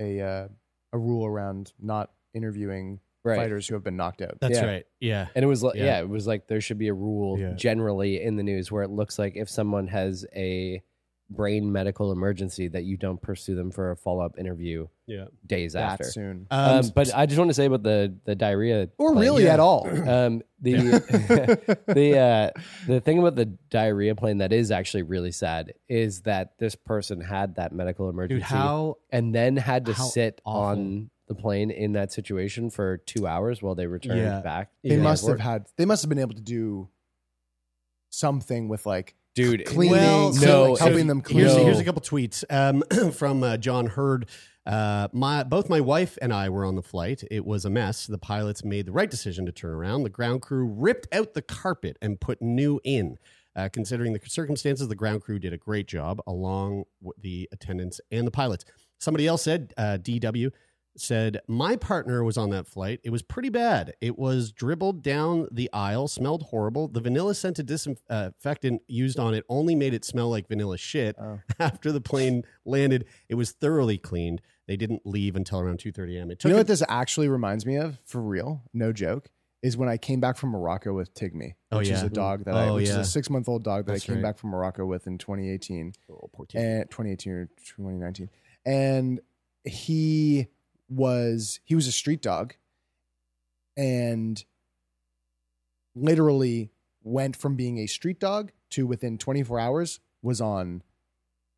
E: a a, uh, a rule around not interviewing
D: Right.
E: fighters who have been knocked out.
C: That's
D: Yeah.
C: right. Yeah.
D: And it was like, yeah.
C: Yeah.
D: it was like there should be a rule
C: Yeah.
D: generally in the news where it looks like if someone has a brain medical emergency that you don't pursue them for a follow up interview
C: Yeah.
D: days
E: That
D: after.
E: soon,
D: Um,
C: Um,
D: but I just want to say about the the diarrhea
E: or
D: plane.
E: really at all.
D: Um, the the uh, the thing about the diarrhea plane that is actually really sad is that this person had that medical emergency
C: dude, how
D: and then had to
C: how
D: sit
C: awful.
D: on the plane in that situation for two hours while they returned
C: Yeah.
D: back. to
E: they
D: the
E: must have
D: airport.
E: had they must have been able to do something with like
D: dude.
E: cleaning,
C: Well,
E: so,
D: no,
E: like, helping
D: so
E: them clean.
C: Here's,
D: No.
C: here's a couple tweets um, from uh, John Hurd. Uh, my both my wife and I were on the flight. It was a mess. The pilots made the right decision to turn around. The ground crew ripped out the carpet and put new in. Uh, considering the circumstances, the ground crew did a great job, along with the attendants and the pilots. Somebody else said, uh, DW said, My partner was on that flight. It was pretty bad. It was dribbled down the aisle, smelled horrible. The vanilla scented disinfectant used on it only made it smell like vanilla shit.
E: Oh.
C: After the plane landed, it was thoroughly cleaned. They didn't leave until around 2.30 a.m. It took
E: you know
C: a-
E: what this actually reminds me of for real, no joke, is when I came back from Morocco with Tigme,
C: Oh,
E: which is
C: yeah.
E: a dog that I,
C: Oh,
E: which
C: yeah.
E: is a six month old dog that
C: That's
E: I came
C: right.
E: back from Morocco with in 2018,
C: Oh, poor Tim.
E: and 2018 or 2019, and he was he was a street dog, and literally went from being a street dog to within 24 hours was on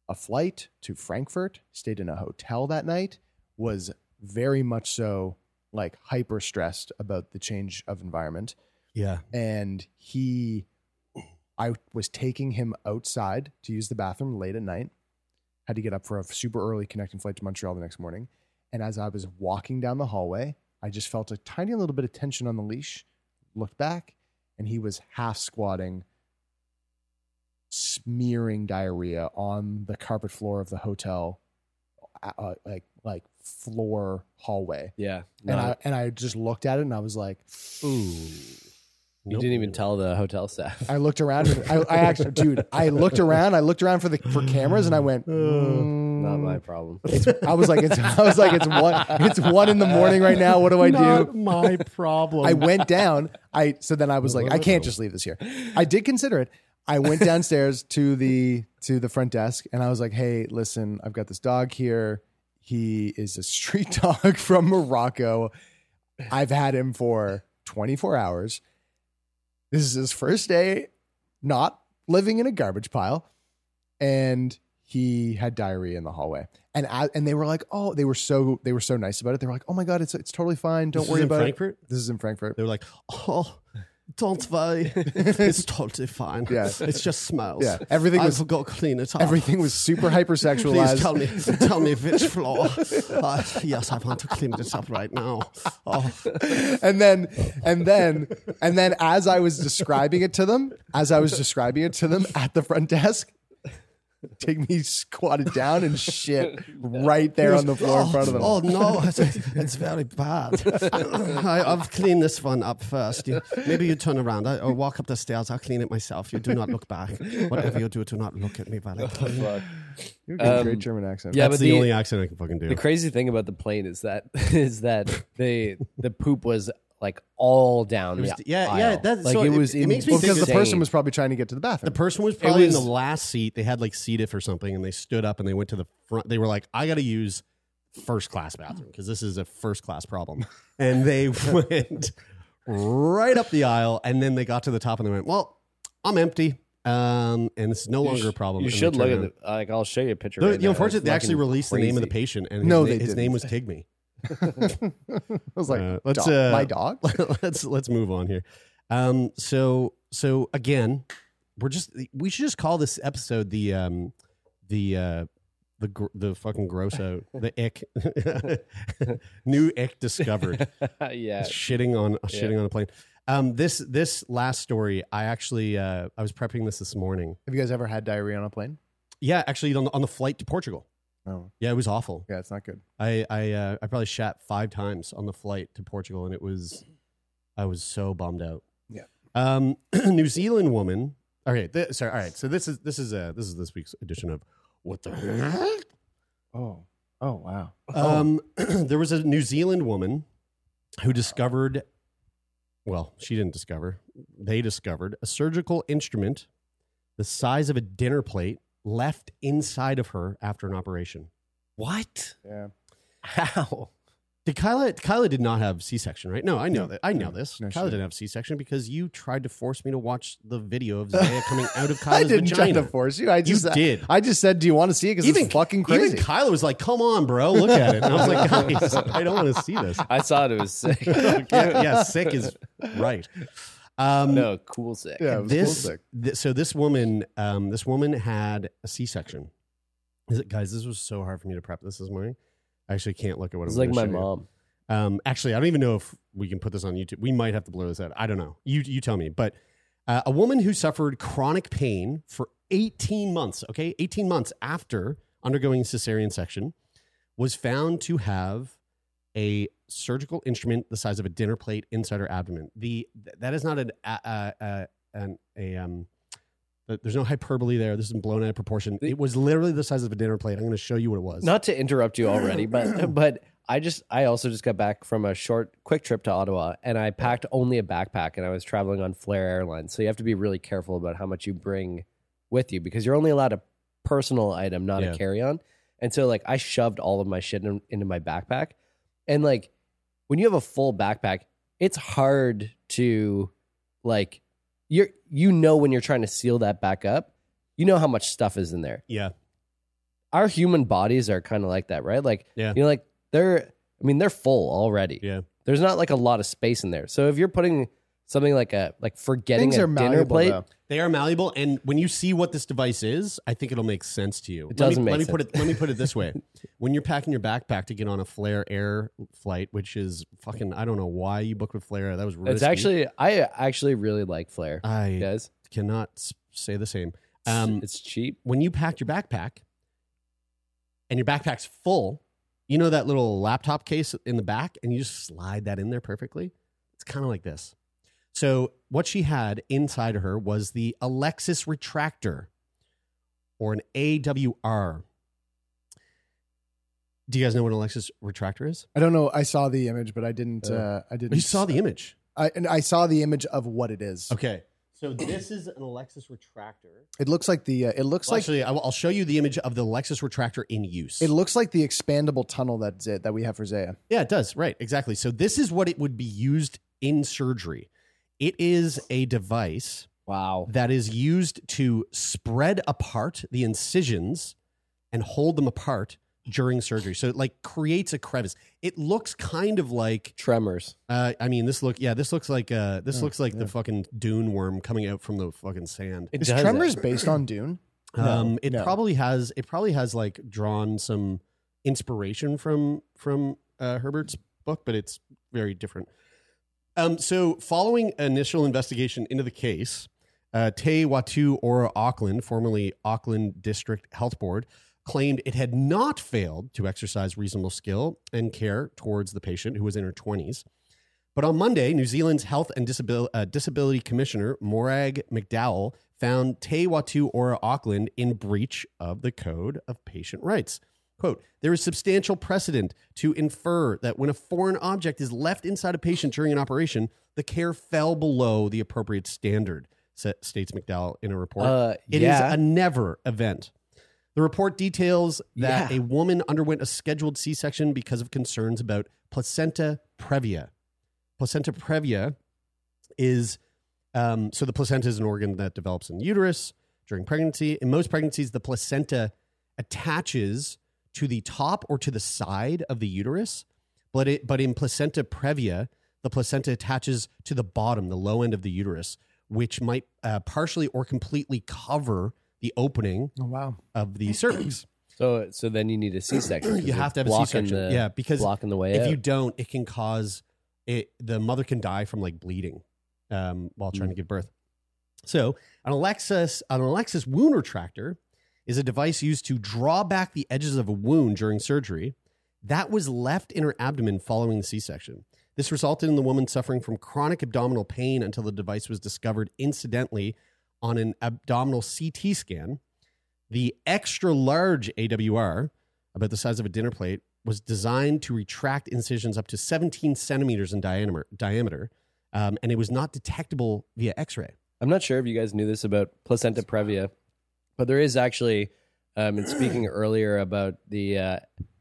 E: a flight to Frankfurt, stayed in a hotel that night, was very much so like hyper stressed about the change of environment.
C: yeah.
E: And he, I was taking him outside to use the bathroom late at night, had to get up for a super early connecting flight to Montreal the next morning. And as I was walking down the hallway, I just felt a tiny little bit of tension on the leash, looked back, and he was half squatting, smearing diarrhea on the carpet floor of the hotel, uh, uh, like like floor hallway.
D: Yeah.
E: And
D: no.
E: I and I just looked at it and I was like,
C: Ooh.
D: You didn't even tell the hotel staff.
E: I looked around. and I, I actually, dude, I looked around. I looked around for the for cameras, and I went, mm,
D: Not my problem.
E: I was like, it's, I was like, it's one, it's one in the morning right now. What do I
C: Not
E: do?
C: my problem.
E: I went down. I so then I was like, I can't just leave this here. I did consider it. I went downstairs to the to the front desk and I was like, hey, listen, I've got this dog here. He is a street dog from Morocco. I've had him for 24 hours. This is his first day not living in a garbage pile. And he had diarrhea in the hallway. And I, and they were like, oh, they were so they were so nice about it. They were like, oh my god, it's it's totally fine. Don't
C: This
E: worry
C: is in
E: about it.
C: Frankfurt?
E: This is in Frankfurt.
C: They were like, oh, don't worry. it's totally fine.
E: Yeah.
C: It just smells.
E: Yeah. Everything
C: I
E: was-
C: forgot to clean it up.
E: Everything was super hypersexualized.
C: Oh. Please tell me, tell me which floor. Uh, yes, I want to clean this up right now. Oh,
E: and then and then and then as I was describing it to them, as I was describing it to them at the front desk, take me squatted down and shit right there on the floor in front of them.
C: Oh no, it's, it's very bad. I, I've cleaned this one up first. You, maybe you turn around I, or walk up the stairs. I'll clean it myself. You do not look back. Whatever you do, do not look at me while I clean.
E: You're getting a great
D: Um,
E: German accent.
D: yeah,
C: That's
D: but
C: the,
D: the-
C: only accent I can fucking do.
D: The crazy thing about the plane is that is that they the poop was like all down.
C: It was-
D: the
C: yeah,
D: aisle.
C: yeah, that's-
D: like
C: so
D: it
C: it-
D: was
C: it makes me
E: Well,
D: insane.
E: because the person
D: was.
E: was probably trying to get to the bathroom.
C: The person was probably in
D: was-
C: the last seat. They had like CDIF or something, and they stood up and they went to the front. They were like, "I got to use first class bathroom because this is a first class problem." And they went right up the aisle, and then they got to the top and they went, "Well, I'm empty, um, and it's no longer a problem."
D: You
C: And they
D: should
C: turned
D: look
C: around.
D: at the, like I'll show you a picture.
C: The,
D: right
C: the
D: now.
C: unfortunate,
D: It's
C: they actually
D: fucking
C: released the name of the
D: crazy.
C: patient, and his,
E: No,
C: na-
E: they
C: his
E: didn't.
C: name was Tigme.
E: I was like,
C: Uh, let's,
E: "Dog-
C: uh,
E: my dog.
C: let's let's move on here. Um, so so again, we're just we should just call this episode the um the uh the gr- the fucking gross out the ick new ick discovered
D: yeah,
C: shitting on shitting on a plane. Um, this this last story, I actually uh, I was prepping this this morning.
E: Have you guys ever had diarrhea on a plane?
C: Yeah, actually on the, on the flight to Portugal.
D: Oh.
E: No.
C: Yeah, it was awful.
E: Yeah, it's not good.
C: I I uh, I probably shat five times on the flight to Portugal, and it was I was so bummed out.
E: Yeah.
C: Um, New Zealand woman. Okay, th- sorry. All right. So this is this is uh this is this week's edition of what the. Heck?
E: Oh. Oh wow.
C: Um, there was a New Zealand woman who discovered. Well, she didn't discover. They discovered a surgical instrument the size of a dinner plate left inside of her after an operation.
D: What?
E: Yeah.
D: How?
C: Did Kyla? Kyla did not have C section, right? No, I know
E: No.
C: that. I know
E: No.
C: this.
E: No, she
C: Kyla
E: didn't.
C: didn't have C section because you tried to force me to watch the video of Zaya coming out of
E: I
C: Kyla's
E: didn't
C: vagina.
E: try to force you. I just uh,
C: did.
E: I just said, do you want to see it? Because
C: Even-
E: it's fucking crazy.
C: Even Kyla was like, "Come on, bro, look at it." And I was like, "Guys, I don't want to see this."
D: I saw it. It was sick.
C: yeah, yeah, sick is right. Um,
D: No, cool sick.
E: Yeah, it was
C: this,
E: sick.
C: thi- so this woman, um, this woman had a C section. Is it, guys? This was so hard for me to prep. This is my. I actually can't look at what
D: It's
C: I'm.
D: like
C: gonna
D: my
C: show you.
D: mom.
C: Um, actually, I don't even know if we can put this on YouTube. We might have to blur this out. I don't know. You you tell me. But uh, a woman who suffered chronic pain for 18 months, okay, 18 months after undergoing cesarean section, was found to have a surgical instrument the size of a dinner plate inside her abdomen. The th- that is not an uh, uh, uh, an a um. th- There's no hyperbole there. This is blown out of proportion.
D: The-
C: It was literally the size of a dinner plate. I'm going to show you what it was.
D: Not to interrupt you already, but but I just I also just got back from a short quick trip to Ottawa, and I packed only a backpack, and I was traveling on Flair Airlines, so you have to be really careful about how much you bring with you because you're only allowed a personal item, not
C: Yeah.
D: a carry on. And so like I shoved all of my shit in, into my backpack, and like when you have a full backpack, it's hard to like you're you know when you're trying to seal that back up, you know how much stuff is in there
C: yeah,
D: our human bodies are kind of like that, right? Like,
C: Yeah.
D: you know, like they're, I mean, they're full already.
C: Yeah.
D: There's not like a lot of space in there. So if you're putting something like a, like forgetting
E: Things
D: a
E: are
D: dinner
E: malleable.
D: plate,
E: though.
C: They are malleable, and when you see what this device is, I think it'll make sense to you.
D: It doesn't
C: let me, let
D: make
C: me put
D: sense.
C: it. Let me put it this way: when you're packing your backpack to get on a Flair Air flight, which is fucking, I don't know why you booked with Flair. Air. That was risky.
D: it's actually, I actually really like Flair.
C: I
D: guys,
C: cannot s- say the same. Um,
D: it's cheap.
C: when you packed your backpack, and your backpack's full, you know that little laptop case in the back, and you just slide that in there perfectly. It's kind of like this. So what she had inside of her was the Alexis retractor or an AWR. Do you guys know what an Alexis retractor is?
E: I don't know. I saw the image, but I didn't.
C: Oh.
E: Uh, I didn't.
C: You saw the image.
E: I, and I saw the image of what it is.
C: Okay. So this is an Alexis retractor.
E: It looks like the. Uh, it looks
C: Well,
E: like
C: actually, I will- I'll show you the image of the Lexus retractor in use.
E: it looks like the expandable tunnel that's it that we have for Zaya.
C: yeah, it does. Right, exactly. So this is what it would be used in surgery. It is a device
D: Wow.
C: that is used to spread apart the incisions and hold them apart during surgery. So it like creates a crevice. It looks kind of like
D: Tremors.
C: uh, I mean this look yeah, this looks like uh this
E: Yeah,
C: looks like
E: yeah.
C: the fucking dune worm coming out from the fucking sand.
D: It
E: Is
D: does
E: Tremors
D: it.
E: based on Dune?
C: um,
E: No,
C: it
E: no.
C: probably has it probably has like drawn some inspiration from from uh, Herbert's book, but it's very different. Um, so, following initial investigation into the case, uh, Te Watu Ora Auckland, formerly Auckland District Health Board, claimed it had not failed to exercise reasonable skill and care towards the patient who was in her 20s. But on Monday, New Zealand's Health and Disabil- uh, Disability Commissioner, Morag McDowell, found Te Watu Ora Auckland in breach of the Code of Patient Rights. Quote, there is substantial precedent to infer that when a foreign object is left inside a patient during an operation, the care fell below the appropriate standard, sa- states McDowell in a report.
D: Uh,
C: It is
D: yeah.
C: a never event. The report details that
D: Yeah.
C: a woman underwent a scheduled C section because of concerns about placenta previa. Placenta previa is um, so the placenta is an organ that develops in the uterus during pregnancy. In most pregnancies, the placenta attaches to the top or to the side of the uterus, but it, but in placenta previa, the placenta attaches to the bottom, the low end of the uterus, which might uh, partially or completely cover the opening
E: Oh wow!
C: of the cervix.
D: So so then you need a C section.
C: You have to have a C-section. Yeah, because
D: blocking the way
C: if
D: out.
C: you don't, it can cause it. The mother can die from like bleeding um, while trying
D: Mm.
C: to give birth. So an Alexis, an Alexis wound retractor is a device used to draw back the edges of a wound during surgery. That was left in her abdomen following the C-section. This resulted in the woman suffering from chronic abdominal pain until the device was discovered incidentally on an abdominal CT scan. The extra large AWR, about the size of a dinner plate, was designed to retract incisions up to 17 centimeters in diameter, diameter um, and it was not detectable via x ray.
D: I'm not sure if you guys knew this about placenta previa, but there is actually, um, and speaking earlier about the uh,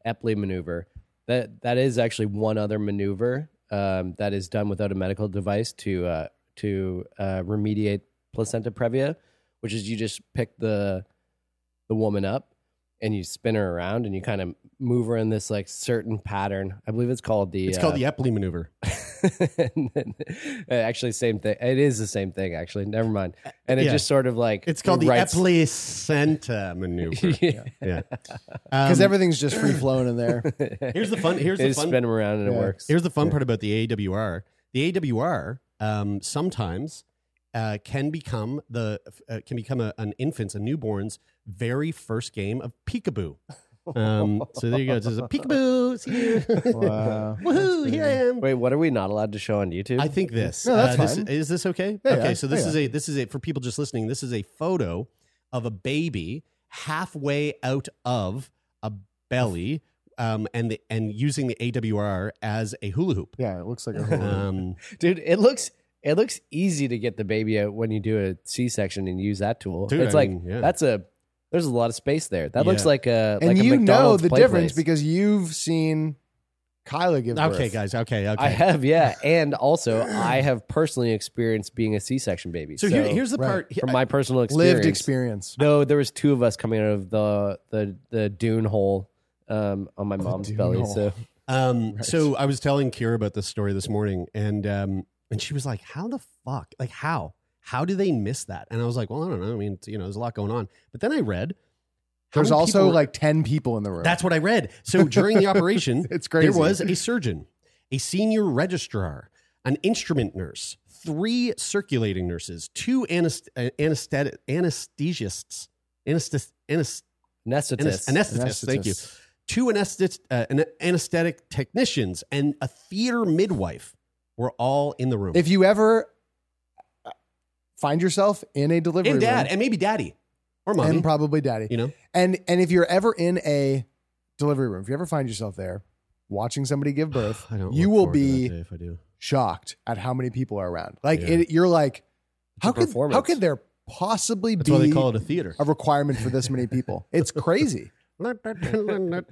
D: Epley maneuver, that that is actually one other maneuver um, that is done without a medical device to uh, to uh, remediate placenta previa, which is you just pick the the woman up and you spin her around and you kind of move her in this like certain pattern. I believe it's called the
C: It's
D: uh,
C: called the Epley maneuver.
D: And then- actually same thing it is the same thing actually never mind and it
C: Yeah.
D: just sort of like
C: It's called the
D: writes-
C: Epley Center maneuver.
D: Yeah.
C: yeah.
E: Because
C: Um,
E: everything's just free flowing in there.
C: Here's the fun- here's
D: They
C: the
D: just
C: fun-
D: spin them around and it
E: Yeah.
D: works
C: Here's the fun part about the AWR. The AWR um, sometimes uh, can become the uh, can become a, an infant's, a newborn's very first game of peekaboo. Um, so there you go. This is a peekaboo. It's here.
E: Wow.
C: Woohoo! Here I am.
D: wait what are we not allowed to show on youtube
C: I think this. Uh,
E: No, that's
C: this-
E: fine.
C: is this okay?
E: Yeah,
C: okay.
E: yeah.
C: So this
E: Yeah,
C: is a this is a for people just listening. This is a photo of a baby halfway out of a belly, um, and the, and using the AWR as a hula hoop.
E: Yeah, it looks like a whole.
C: Um,
D: dude it looks it looks easy to get the baby out when you do a c-section and use that tool
C: Dude,
D: it's
C: I
D: like
C: mean, yeah.
D: that's a there's a lot of space there that
C: Yeah.
D: looks like a
E: and
D: like a
E: you know
D: McDonald's
E: the
D: play
E: difference
D: place.
E: because you've seen Kyla give birth.
C: okay, guys. Okay, okay.
D: I have, yeah, and also I have personally experienced being a C-section baby.
C: so, here, here's the
E: right.
C: part.
D: from my personal experience,
E: lived experience.
D: No, there was two of us coming out of the the the dune hole um, on my mom's
E: dune
D: belly.
E: hole.
D: So
C: Um,
E: Right.
C: So I was telling Kira about this story this morning, and um, and she was like, "How the fuck? Like how? How do they miss that?" And I was like, "Well, I don't know. I mean, it's- you know, there's a lot going on." But then I read how
E: There's
C: many
E: also
C: people-
E: like ten people in the room.
C: that's what I read. So during the operation,
E: It's crazy.
C: There was a surgeon, a senior registrar, an instrument nurse, three circulating nurses, two anest- uh, anesthetic anesthesists, anesthes- anest-
D: anesthetist,
C: anest- anesthetists. Thank you
E: Anesthetist.
C: two anesthet- uh, an- anesthetic technicians and a theater midwife were all in the room.
E: If you ever uh, find yourself in a delivery
C: and dad
E: room,
C: and maybe daddy or mommy,
E: and probably daddy,
C: you know,
E: and and if you're ever in a delivery room, if you ever find yourself there watching somebody give birth,
C: I don't
E: you
C: look
E: will
C: forward to that
E: be
C: day if I do.
E: shocked at how many people are around. Like
C: Yeah.
E: it, you're like,
C: a
E: how could how
C: performance.
E: could there possibly
C: That's
E: be
C: why they call it a theater.
E: a requirement for this many people? It's crazy.
D: You know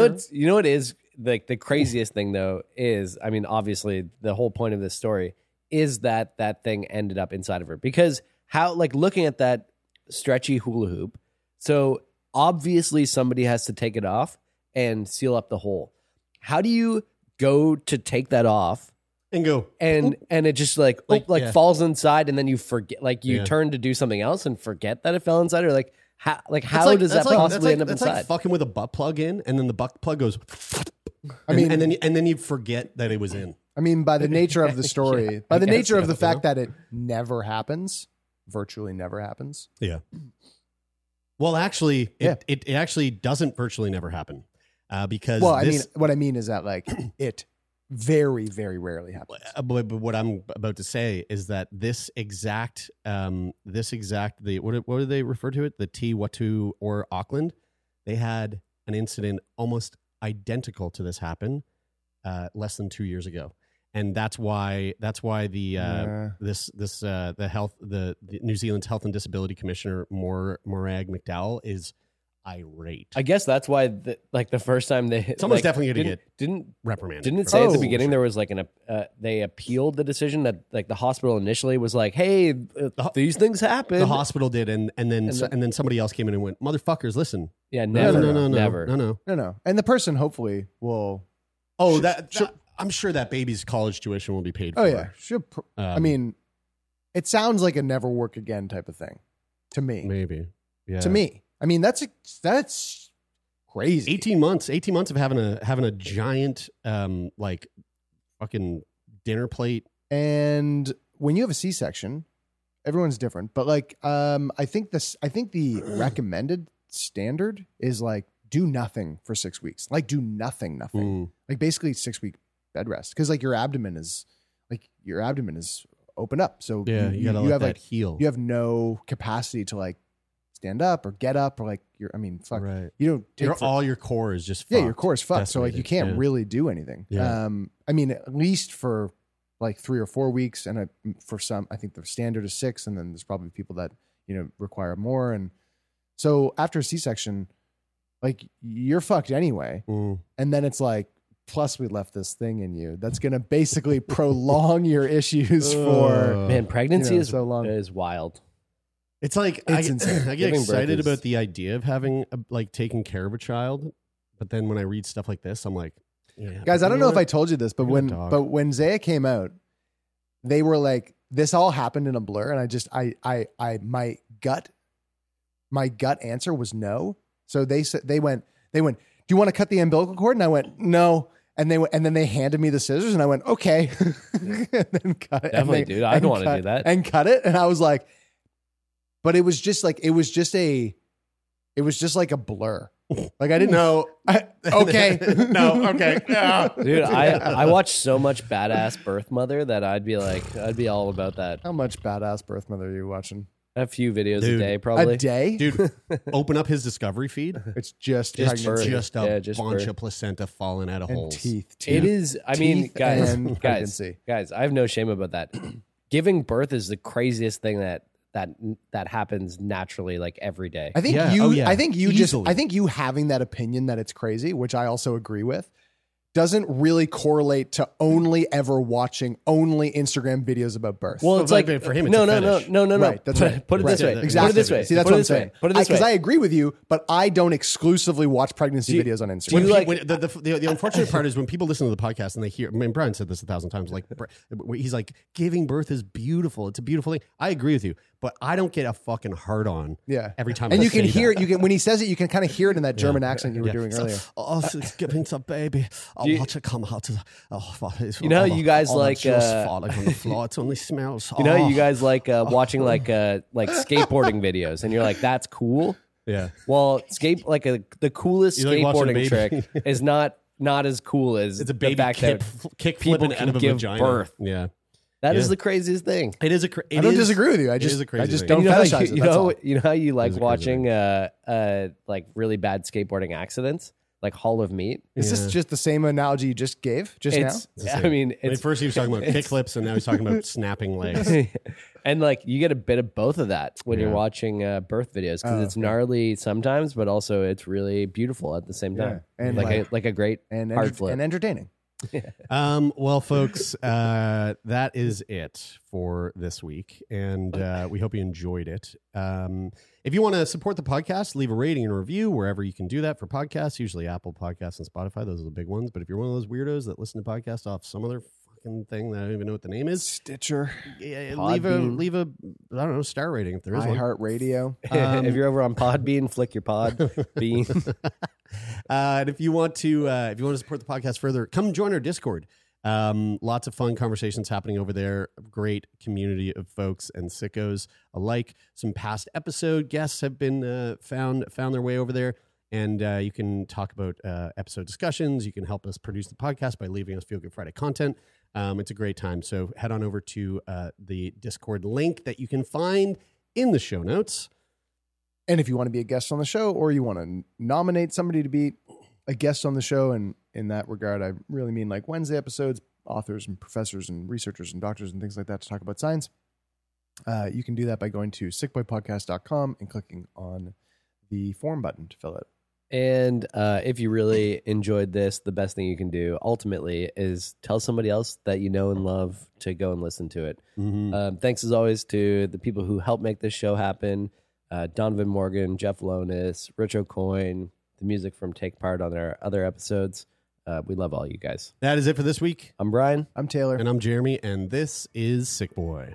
D: what's, you know what is like the craziest thing though is I mean obviously the whole point of this story is that that thing ended up inside of her because how like looking at that stretchy hula hoop so obviously somebody has to take it off and seal up the hole how do you go to take that off
C: and go
D: and and it just like like,
C: Like,
D: like
C: yeah.
D: falls inside and then you forget like you
C: Yeah.
D: turn to do something else and forget that it fell inside or like how like
C: That's
D: how
C: like-
D: does
C: that's
D: that
C: like- that's
D: possibly
C: like-
D: end up
C: that's
D: inside
C: like fucking with a butt plug in, and then the butt plug goes.
E: I
C: I mean,
E: mean-
C: and, then and then you forget that it was in.
E: I mean, by the nature of the story,
C: Yeah,
E: by
C: I
E: the
C: guess
E: nature of
C: so,
E: the
C: you
E: fact that it never happens, virtually never happens.
C: Yeah. Well, actually, it,
E: Yeah.
C: it, it actually doesn't virtually never happen uh, because
E: Well, I
C: this,
E: mean, what I mean is that like it very, very rarely happens.
C: Uh, but, but what I'm about to say is that this exact, um, this exact, the what, do- what do they refer to it? The T Watu or Auckland, they had an incident almost identical to this happen uh, less than two years ago, and that's why that's why the uh,
E: Yeah.
C: this this uh, the health the, the New Zealand's Health and Disability Commissioner Mor Morag McDowell is irate.
D: I guess that's why, the, like the first time they,
C: Someone's
D: like,
C: definitely gonna
D: didn't, didn't
C: reprimanded.
D: didn't it
C: for
D: say at the
C: this.
D: beginning there was like an uh, they appealed the decision that like the hospital initially was like, hey, uh,
C: ho-
D: these things happen.
C: The hospital did, and and then
D: And
C: and,
D: the-
C: and then somebody else came in and went, "Motherfuckers, listen,
D: yeah,
C: No,
D: never,
C: no, no, no,
D: never.
C: no, no.
E: No, no, and the person hopefully will.
C: Oh,
E: Sure,
C: that,
E: sure.
C: that- I'm sure that baby's college tuition will be paid. for.
E: Oh yeah, she'll. Pr- I
C: Um,
E: mean, it sounds like a never work again type of thing to me.
C: maybe. Yeah,
E: To me, I mean that's a, that's crazy.
C: eighteen months, eighteen months of having a having a giant, um, like fucking dinner plate.
E: And when you have a C section, everyone's different. But like, um, I think this, I think the recommended standard is like do nothing for six weeks. Like do nothing, nothing.
C: Mm.
E: Like basically six week bed rest because like your abdomen is like your abdomen is open up. So
C: Yeah, you, gotta let
E: have
C: that
E: like
C: heal.
E: you have no capacity to like stand up or get up or like you're. I mean, fuck.
C: right.
E: You don't. take
C: Your,
E: for-
C: all your core is just
E: yeah,
C: fucked.
E: your core is fucked. So like you
C: Decimated,
E: can't
C: yeah.
E: really do anything.
C: Yeah.
E: Um, I mean, at least for like three or four weeks, and I, for some, I think the standard is six, and then there's probably people that you know require more. And so after a C-section, like you're fucked anyway.
C: Mm.
E: And then it's like, plus we left this thing in you that's gonna basically prolong your issues for.
C: Uh,
D: Man, pregnancy
E: You know,
D: is
E: so long.
D: is wild.
C: It's like
E: It's
C: I,
E: insane.
C: get- I get
D: Giving birth
C: excited
D: is-
C: about the idea of having a, like taking care of a child, but then when I read stuff like this, I'm like, yeah,
E: Guys, I
C: you
E: don't know if
C: what?
E: I told you this, but
C: I got a
E: when
C: dog.
E: but when Zaya came out, they were like, "This all happened in a blur," and I just I I I my gut, my gut answer was no. So they said they went they went. Do you want to cut the umbilical cord? And I went no. And they went, and then they handed me the scissors, and I went okay. and then cut it. and
D: Definitely,
E: they-
D: dude. I
E: and
D: don't wanna
E: cut-
D: do that.
E: And cut it, and I was like, but it was just like it was just a, it was just like a blur. Like I didn't know. okay.
C: No, okay. Yeah.
D: Dude, I I watch so much badass birth mother that I'd be like, I'd be all about that.
E: How much badass birth mother are you watching?
D: A few videos a
C: Dude,
D: day, probably.
E: A day?
C: dude, open up his discovery feed.
E: It's just,
C: Just,
E: pregnancy
C: just a
D: Yeah, just
C: bunch
D: birth.
C: of placenta falling out of
E: and
C: holes.
E: teeth. too.
D: It is. I mean,
E: Teeth
D: guys,
E: and
D: guys,
E: pregnancy.
D: guys. I have no shame about that. Giving birth is the craziest thing that that that happens naturally, like every day.
E: I think
C: Yeah,
E: you
C: oh yeah,
E: I think you
C: easily.
E: just I think you having that opinion that it's crazy, which I also agree with, doesn't really correlate to only ever watching only Instagram videos about birth.
D: Well, it's
C: but-
D: like
C: but for him, it's
D: no,
C: a
D: no, no,
C: fetish.
D: no, no, no.
E: Right, that's
D: put,
E: right.
D: Put it
E: Right.
D: this way.
E: Exactly.
D: Put it this way.
E: See, that's
D: put
E: what
D: it
E: I'm
D: this way.
E: saying.
D: Put it this way.
E: Because I agree with you, but I don't exclusively watch pregnancy
D: Do-
E: videos on Instagram.
C: When
D: Do you
C: pe-
D: like-
C: when- the, the, the, the unfortunate part is when people listen to the podcast and they hear, I mean, Brian said this a thousand times, like, br- he's like, giving birth is beautiful. It's a beautiful thing. I agree with you, but I don't get a fucking hard on
E: yeah.
C: every time.
E: And
C: I
E: you can
C: say
E: hear it.
C: that.
E: You can when he says it, you can kind of hear it in that
C: Yeah.
E: German accent you were
C: Yeah.
E: doing
C: So-
E: earlier.
C: Oh, so it's giving to baby. I
D: Do you-
C: watch it come out. To the, oh, fuck, it's
D: You know,
C: all
D: you
C: the-
D: guys
C: all the
D: like,
C: juice
D: uh,
C: falling on the floor. It only smells.
D: You know,
C: Oh.
D: you guys like uh, watching like uh, like skateboarding videos, and you're like, "That's cool."
C: Yeah.
D: Well, skate like a, the coolest
C: You like watching a
D: skateboarding
C: baby.
D: trick is not not as cool as
C: It's a baby
D: the fact
C: kick,
D: that
C: kick
D: people
C: flipping out
D: can
C: of a
D: give
C: vagina.
D: birth.
C: Yeah.
D: that is
C: Yeah.
D: the craziest thing.
C: It is a. Cra-
E: I
C: it
E: don't
C: is-
E: disagree with you. I
C: it
E: just
C: is a crazy
E: I just
C: thing.
E: don't
D: you know, how
E: fetishize
D: you,
E: it.
D: you
E: that's
D: know,
E: all.
D: you know how you like
C: Those are crazy
D: watching uh, uh, like really bad skateboarding accidents. like Hall of Meat.
E: Is this just the same analogy you just gave just
D: It's-
E: now?
D: I mean, it's,
C: first he was talking about
D: it's-
C: kickflips, and now he's talking about snapping legs.
D: and like you get a bit of both of that when you're
C: Yeah.
D: watching uh, birth videos because
E: Oh,
D: it's gnarly sometimes, but also it's really beautiful at the same
E: Yeah.
D: time.
E: And,
D: like
E: like-
D: a, like a great
E: And,
D: hard
E: enter-
D: flip.
E: and entertaining.
C: Um, well, folks, uh, that is it for this week, and uh, we hope you enjoyed it. Um, if you want to support the podcast, leave a rating and review wherever you can do that for podcasts. Usually, Apple Podcasts and Spotify; those are the big ones. But if you're one of those weirdos that listen to podcasts off some other fucking thing that I don't even know what the name is,
E: Stitcher,
C: yeah, leave a
D: Podbean.
C: leave a I don't know star rating if there is one.
E: iHeartRadio.
C: Um,
D: if you're over on Podbean, flick your pod bean.
C: Uh, and if you want to, uh, if you want to support the podcast further, come join our Discord. Um, lots of fun conversations happening over there. Great community of folks and sickos alike. Some past episode guests have been uh, found found their way over there, and uh, you can talk about uh, episode discussions. You can help us produce the podcast by leaving us Feel Good Friday content. Um, it's a great time. So head on over to uh, the Discord link that you can find in the show notes.
E: And if you want to be a guest on the show or you want to nominate somebody to be a guest on the show, and in that regard, I really mean like Wednesday episodes, authors and professors and researchers and doctors and things like that to talk about science, uh, you can do that by going to sickboypodcast.com and clicking on the form button to fill it.
D: And uh, if you really enjoyed this, the best thing you can do ultimately is tell somebody else that you know and love to go and listen to it.
C: Mhm.
D: Um, thanks as always to the people who helped make this show happen uh, Donovan Morgan, Jeff Lonis, Rich O'Coin, the music from Take Part on our other episodes. Uh, we love all you guys.
C: That is it for this week.
D: I'm Brian.
E: I'm Taylor.
C: And I'm Jeremy, and this is Sick Boy.